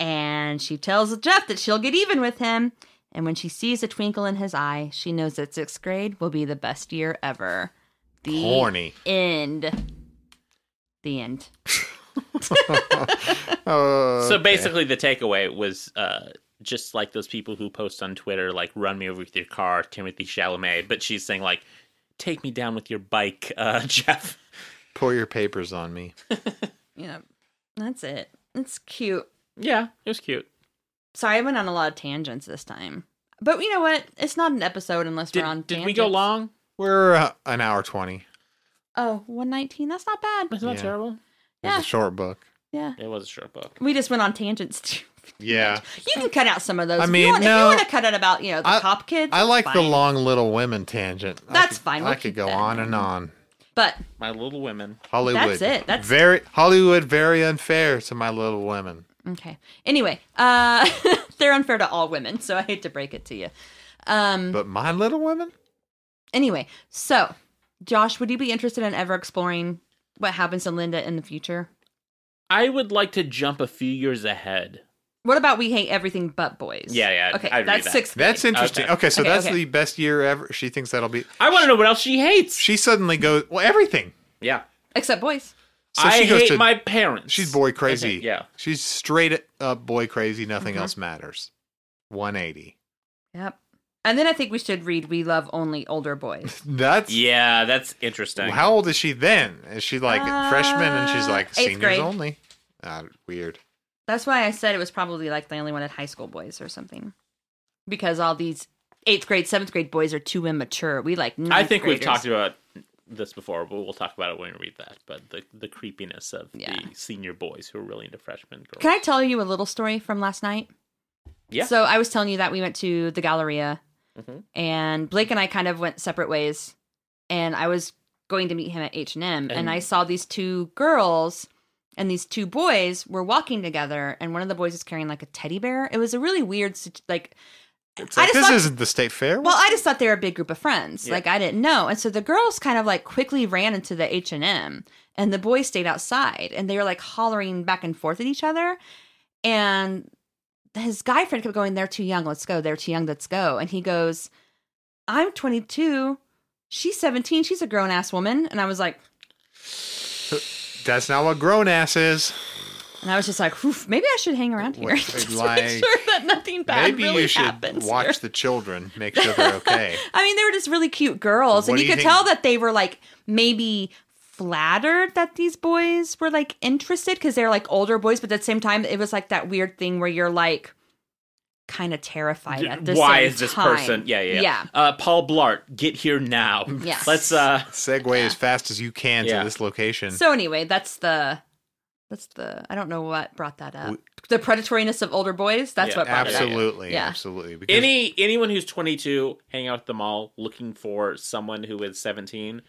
And she tells Jeff that she'll get even with him. And when she sees a twinkle in his eye, she knows that sixth grade will be the best year ever. The [laughs] Horny. end. The end. Oh, so basically, the takeaway was uh, just like those people who post on Twitter, like "Run me over with your car," Timothy Chalamet. But she's saying like, "Take me down with your bike, [laughs] uh, Jeff." pour your papers on me. Yeah. That's it. It's cute. Yeah, it was cute. Sorry, I went on a lot of tangents this time. But you know what? It's not an episode unless Did, we're on did tangents. we go long? We're uh, an hour twenty. Oh, 119. That's not bad. That's not Yeah. terrible. It's Yeah. a short book. Yeah. It was a short book. We just went on tangents too. [laughs] Yeah. You can cut out some of those. I If you mean, want- if you no. want to cut it about, you know, the I- cop kids. I that's like the fine. long little women tangent. I That's could- fine. We'll I could keep go that. on and on. But My Little Women. Hollywood. That's it. That's- very Hollywood very unfair to my little women. okay. Anyway, uh [laughs] they're unfair to all women, so I hate to break it to you. Um But my little women? anyway, so Josh, would you be interested in ever exploring what happens to Linda in the future? I would like to jump a few years ahead. What about we hate everything but boys? Yeah, yeah, Okay, I'd read that's that. sixth. grade. That's interesting. Okay, Okay. so Okay, that's okay. the best year ever. She thinks that'll be I want to know what else she hates. she suddenly goes well everything. Yeah. except boys. So I she goes hate to my parents. she's boy crazy. Okay, yeah. She's straight up boy crazy, nothing Mm-hmm. else matters. One eighty. Yep. And then I think we should read "We Love Only Older [laughs] Boys." That's Yeah, that's interesting. How old is she then? Is she like freshman and she's Uh, like eighth seniors grade. only? Ah, weird. That's why I said it was probably like they only wanted high school boys or something, because all these eighth grade, seventh grade boys are too immature. We like. I ninth think we've graders. talked about this before, but we'll talk about it when we read that. But the the creepiness of Yeah. the senior boys who are really into freshman girls. Can I tell you a little story from last night? Yeah. So I was telling you that we went to the Galleria, Mhm. Mm-hmm. and Blake and I kind of went separate ways, and I was going to meet him at H and M, and And- I saw these two girls and these two boys were walking together, and one of the boys was carrying like a teddy bear. It was a really weird, situ- like It's I like, just this thought- isn't the state fair. well, I just thought they were a big group of friends. Yeah. Like I didn't know, and so the girls kind of like quickly ran into the H and M, and the boys stayed outside, and they were like hollering back and forth at each other, and his guy friend kept going, "They're too young. Let's go. They're too young. Let's go." And he goes, "I'm 22. She's 17. She's a grown ass woman." And I was like, That's not what grown ass is. and I was just like, "Oof, maybe I should hang around here, [laughs] Wait, just like, make sure that nothing bad Maybe really you should happens." watch here." the children, make sure they're okay. [laughs] I mean, they were just really cute girls, What and do you you could think- tell that they were like maybe flattered that these boys were like interested because they're like older boys, but at the same time, it was like that weird thing where you're like kind of terrified at the Why same is this time. person? Yeah, yeah, yeah. Uh, Paul Blart, get here now. Yes. Let's. uh Segue as fast as you can Yeah. to this location. So anyway, that's the that's the I don't know what brought that up. the predatoriness of older boys. That's Yeah, what brought it up. absolutely, Yeah. absolutely. Because Any anyone who's 22 hanging out at the mall looking for someone who is 17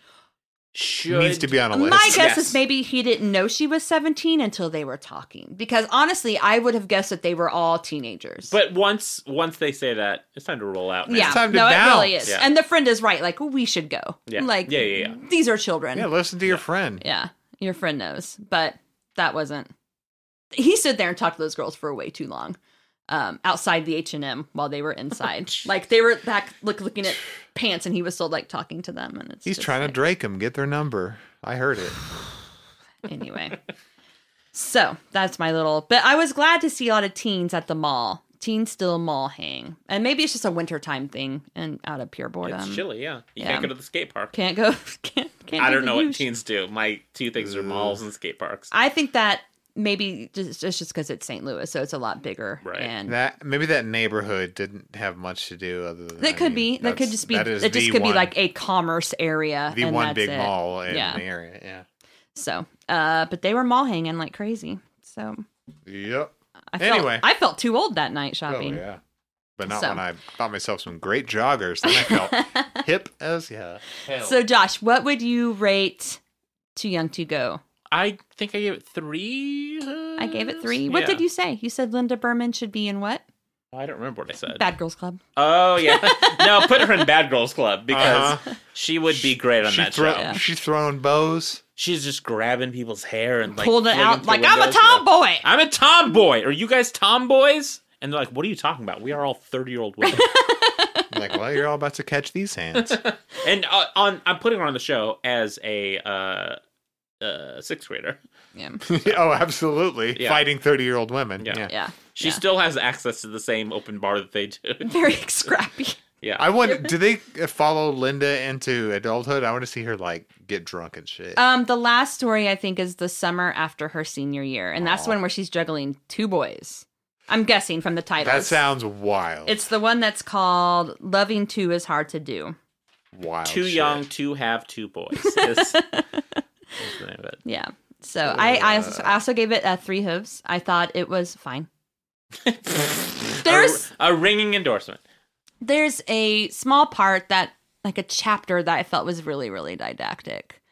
should needs to be on a list. My guess Yes. is maybe he didn't know she was 17 until they were talking. Because honestly, I would have guessed that they were all teenagers. But once once they say that, it's time to roll out. man. yeah, time to no, it really bounce. is. Yeah. And the friend is right. Like we should go. Yeah. Like Yeah, yeah, yeah. These are children. yeah, Yeah, listen to your friend. your friend knows. But that wasn't. He stood there and talked to those girls for way too long, um, outside the H and M while they were [laughs] inside. like they were back look, looking at pants, and he was still like talking to them. And it's He's just trying like, to Drake them, get their number. I [sighs] heard it. anyway. so that's my little. But I was glad to see a lot of teens at the mall. Teens still mall hang, and maybe it's just a wintertime thing and out of pure boredom. It's chilly, yeah. You Yeah. can't go to the skate park. Can't go. [laughs] Can't. can't I do don't the know what douche. teens do. My two things are malls and skate parks. I think that maybe just it's just because it's St. Louis, so it's a lot bigger. Right. And that, That maybe that neighborhood didn't have much to do other than I could be. mean, That could that's- just be. that is It just the could one- be like a commerce area. the and one that's big it. mall in Yeah. the area. Yeah. So, uh, but they were mall hanging like crazy. So Yep. I felt Anyway. I felt too old that night shopping. Oh yeah. But not So- when I bought myself some great joggers. Then I [laughs] felt hip as yeah. So Josh, what would you rate Too Young to Go? I think I gave it three. I gave it three. What did you say? You said Linda Berman should be in what? I don't remember what I said. Bad Girls Club. [laughs] Oh yeah. no, put her in Bad Girls Club because Uh-huh. she would be great on She that thro- show. Yeah. She's throwing bows. She's just grabbing people's hair and like Pulled it flinging out through like I'm a windows, you know. tomboy. I'm a tomboy. Are you guys tomboys? And they're like, "What are you talking about? We are all thirty-year-old [laughs] women." like, well, you're all about to catch these hands. [laughs] and uh, on, I'm putting her on the show as a uh, uh, sixth grader. Yeah. oh, absolutely. Yeah. Fighting 30 year old women. Yeah. Yeah. [laughs] Yeah. She Yeah. still has access to the same open bar that they do. Very [laughs] scrappy. yeah. I want, do they follow Linda into adulthood? I want to see her, like, get drunk and shit. Um, the last story I think is the summer after her senior year, and that's Aw. one where she's juggling two boys. I'm guessing from the title. that sounds wild. It's the one that's called "Loving Two Is Hard to Do." Wild. too shit. young to have [laughs] two boys. Is, is the name of it. Yeah. So I, I, also, I also gave it uh, three hooves. I thought it was [laughs] fine. There's- a, a ringing endorsement. There's a small part that, like a chapter that I felt was really, really didactic.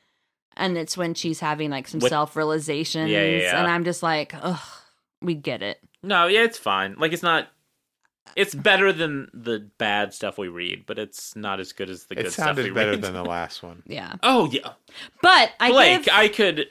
And it's when she's having like some What- self realizations. Yeah, yeah, yeah. And I'm just like, ugh, we get it. No, yeah, it's fine. Like it's not. It's better than the bad stuff we read, but it's not as good as the good It stuff we sounded better read. than the last one. Yeah. [laughs] oh yeah, But I Blake, give, I could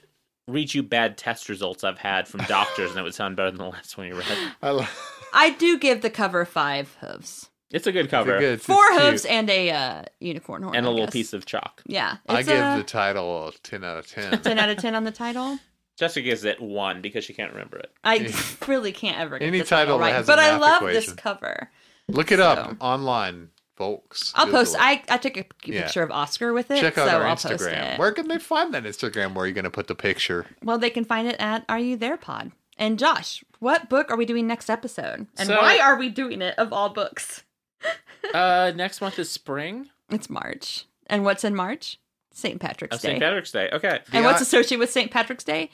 read you bad test results I've had from doctors, and it would sound better than the last one you [laughs] read. [laughs] I love I do give the cover five hooves, It's a good cover It's good. It's four cute. hooves and a uh, unicorn horn and a I little guess. piece of chalk. Yeah, I it's uh, give a the title a ten out [laughs] of ten. ten out of ten on the title. Jessica gives it one because she can't remember it. I [laughs] really can't ever get Any the title that right, has a but I math love this equation. cover. Look it up So- online, folks. I'll Google post. it. I, I took a Yeah. picture of Oscar with it, Check out so our I'll post Instagram. it. Where can they find that Instagram? Where are you going to put the picture? Well, they can find it at Are You There Pod. And Josh, what book are we doing next episode, and So- why are we doing it of all books? Uh, next month is spring. It's March, and what's in March? St. Patrick's Oh, Day. St. Patrick's Day. Okay. and what's The- associated with St. Patrick's Day?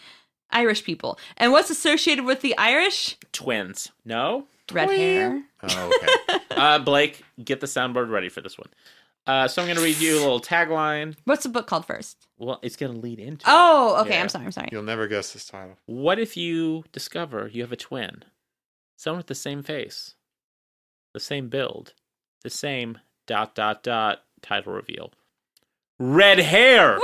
Irish people. And what's associated with the Irish? Twins. No. Red hair. Oh, [laughs] okay. Uh, Blake, get the soundboard ready for this one. Uh, so I'm gonna read you a little tagline. What's the book called first? Well, it's gonna lead into. it. Oh, okay. Yeah. I'm sorry. I'm sorry. You'll never guess this title. What if you discover you have a twin? Someone with the same face, the same build, the same dot dot dot title reveal. Red hair.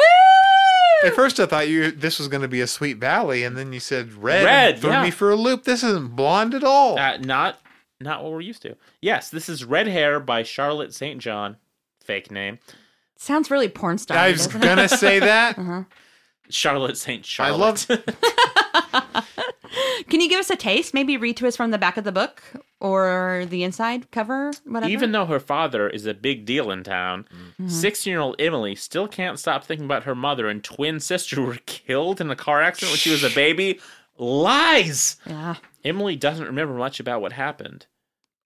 At first, I thought you this was going to be a Sweet Valley, and then you said red. Red, and threw yeah. me for a loop. This isn't blonde at all. Uh, not not what we're used to. Yes, this is Red Hair by Charlotte St. John. Fake name. Sounds really porn star. I was going to [laughs] say that. Charlotte St. I Charlotte. love. Can you give us a taste? Maybe read to us from the back of the book or the inside cover, whatever. Even though her father is a big deal in town, 16 year old Emily still can't stop thinking about her mother and twin sister who were [laughs] killed in a car accident when she was a baby. Lies! yeah. Emily doesn't remember much about what happened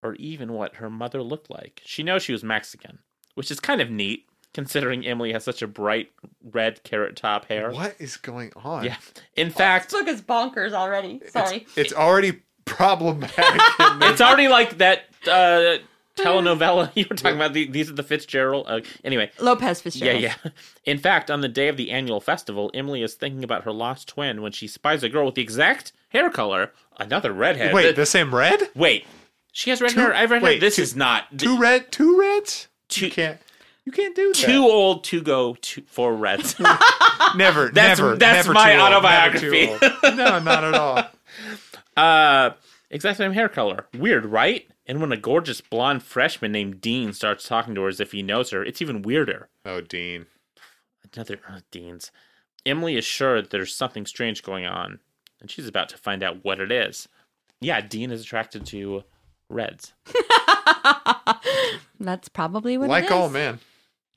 or even what her mother looked like. She knows she was Mexican, which is kind of neat considering Emily has such a bright red carrot top hair. [laughs] What is going on? Yeah. In fact, This book is bonkers already. Sorry. It's already [laughs] problematic. in the- it's already like that uh, telenovela [laughs] you were talking about. The- These are the Fitzgerald. Uh, anyway, Lopez yeah, Fitzgerald. yeah. In fact, on the day of the annual festival, Emily is thinking about her lost twin when she spies a girl with the exact hair color, another redhead. Wait, Th- the same red? wait. She has red Two- hair. I have red hair. wait, This two- is not Two red? Two reds? Two- You can't. You can't do that. too old to go to, [laughs] for reds. Never, That's- never. that's never my too old, never too autobiography. old. no, not at [laughs] all. Uh, exact same hair color. Weird, right? And when a gorgeous blonde freshman named Dean starts talking to her as if he knows her, it's even weirder. Oh, Dean. Another uh, Dean's. Emily is sure that there's something strange going on, and she's about to find out what it is. Yeah, Dean is attracted to reds. That's probably what it Like is. all men.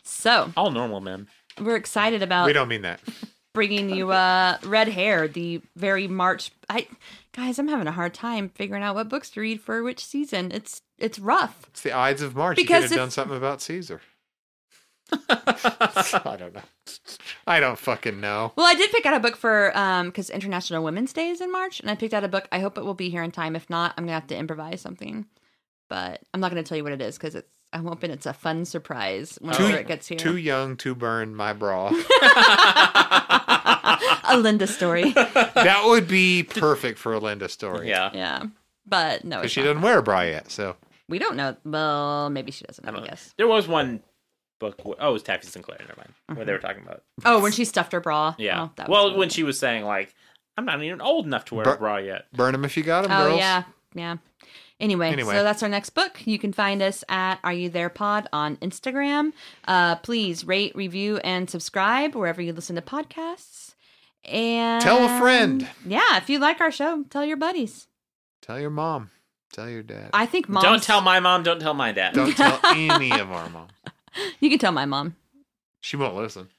So All normal men. we're excited about We don't mean that. bringing you uh red hair the very march i guys i'm having a hard time figuring out what books to read for which season it's it's rough It's the Ides of March. Because you could if- have done something about [laughs] Caesar. I don't know. I don't fucking know. well i did pick out a book for um because international women's day is in march and i picked out a book i hope it will be here in time if not i'm gonna have to improvise something but i'm not gonna tell you what it is because it's i'm hoping it's a fun surprise whenever Too- Oh, it gets here Too young to burn my bra. [laughs] a linda story [laughs] that would be perfect for a Linda story. Yeah. yeah but no Because it's she not. doesn't wear a bra yet. So we don't know well maybe she doesn't I i, don't know. guess Uh, There was one book. Where, oh, it was Taffy Sinclair. Never mind. Where they were talking about. oh when she stuffed her bra Yeah. Oh, that was well, really when she Mm-hmm. was saying like, "I'm not even old enough to wear a Bur- bra yet." burn them if you got them, Oh girls. yeah, yeah. Anyway, Anyway. so that's our next book. You can find us at Are You There Pod on Instagram. Uh, please rate, review, and subscribe wherever you listen to podcasts. And Tell a friend. Yeah, if you like our show, tell your buddies. Tell your mom. Tell your dad. I think mom. Don't tell my mom. Don't tell my dad. don't tell any of our mom. You can tell my mom. She [laughs] won't listen.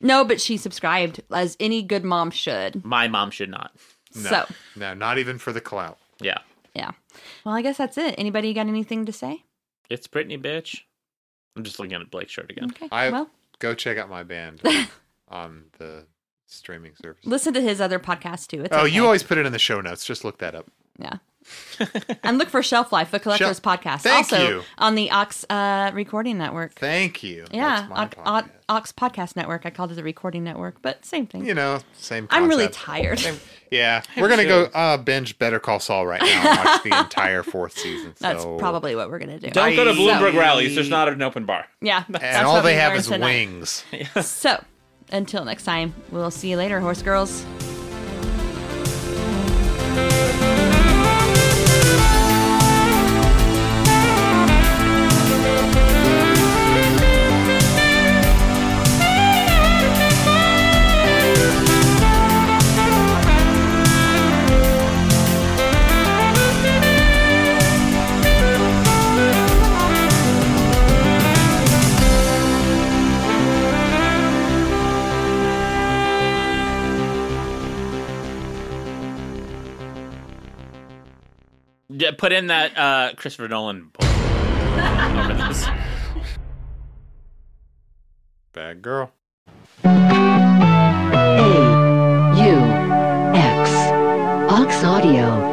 No, but she subscribed as any good mom should. [laughs] My mom should not. No. So No, not even for the clout. Yeah. yeah. Well, I guess that's it. Anybody got anything to say? It's Britney, bitch. I'm just looking at Blake's shirt again. Okay. I- well, Go check out [laughs] my band on the streaming service. listen to his other podcast too. It's oh, okay. you always put it in the show notes. Just look that up. Yeah. [laughs] and look for Shelf Life, a collector's Shel- podcast. Thank also you. on the Ox uh, Recording Network. Thank you. yeah. That's my Ox, O- podcast. Ox Podcast Network. I called it the Recording Network, but same thing. you know, same. Concept. I'm really tired. Same- Yeah, we're gonna go uh, binge Better Call Saul right now. and [laughs] Watch the entire fourth season. [laughs] That's so- probably what we're going to do. Don't go to Bye. Bloomberg rallies. There's not an open bar. yeah. that's And what all we they have learned is tonight. [laughs] wings. So until next time, we'll see you later, horse girls. Yeah, Put in that uh, Christopher Nolan bull- over this. Bad girl. A U X Ox Audio.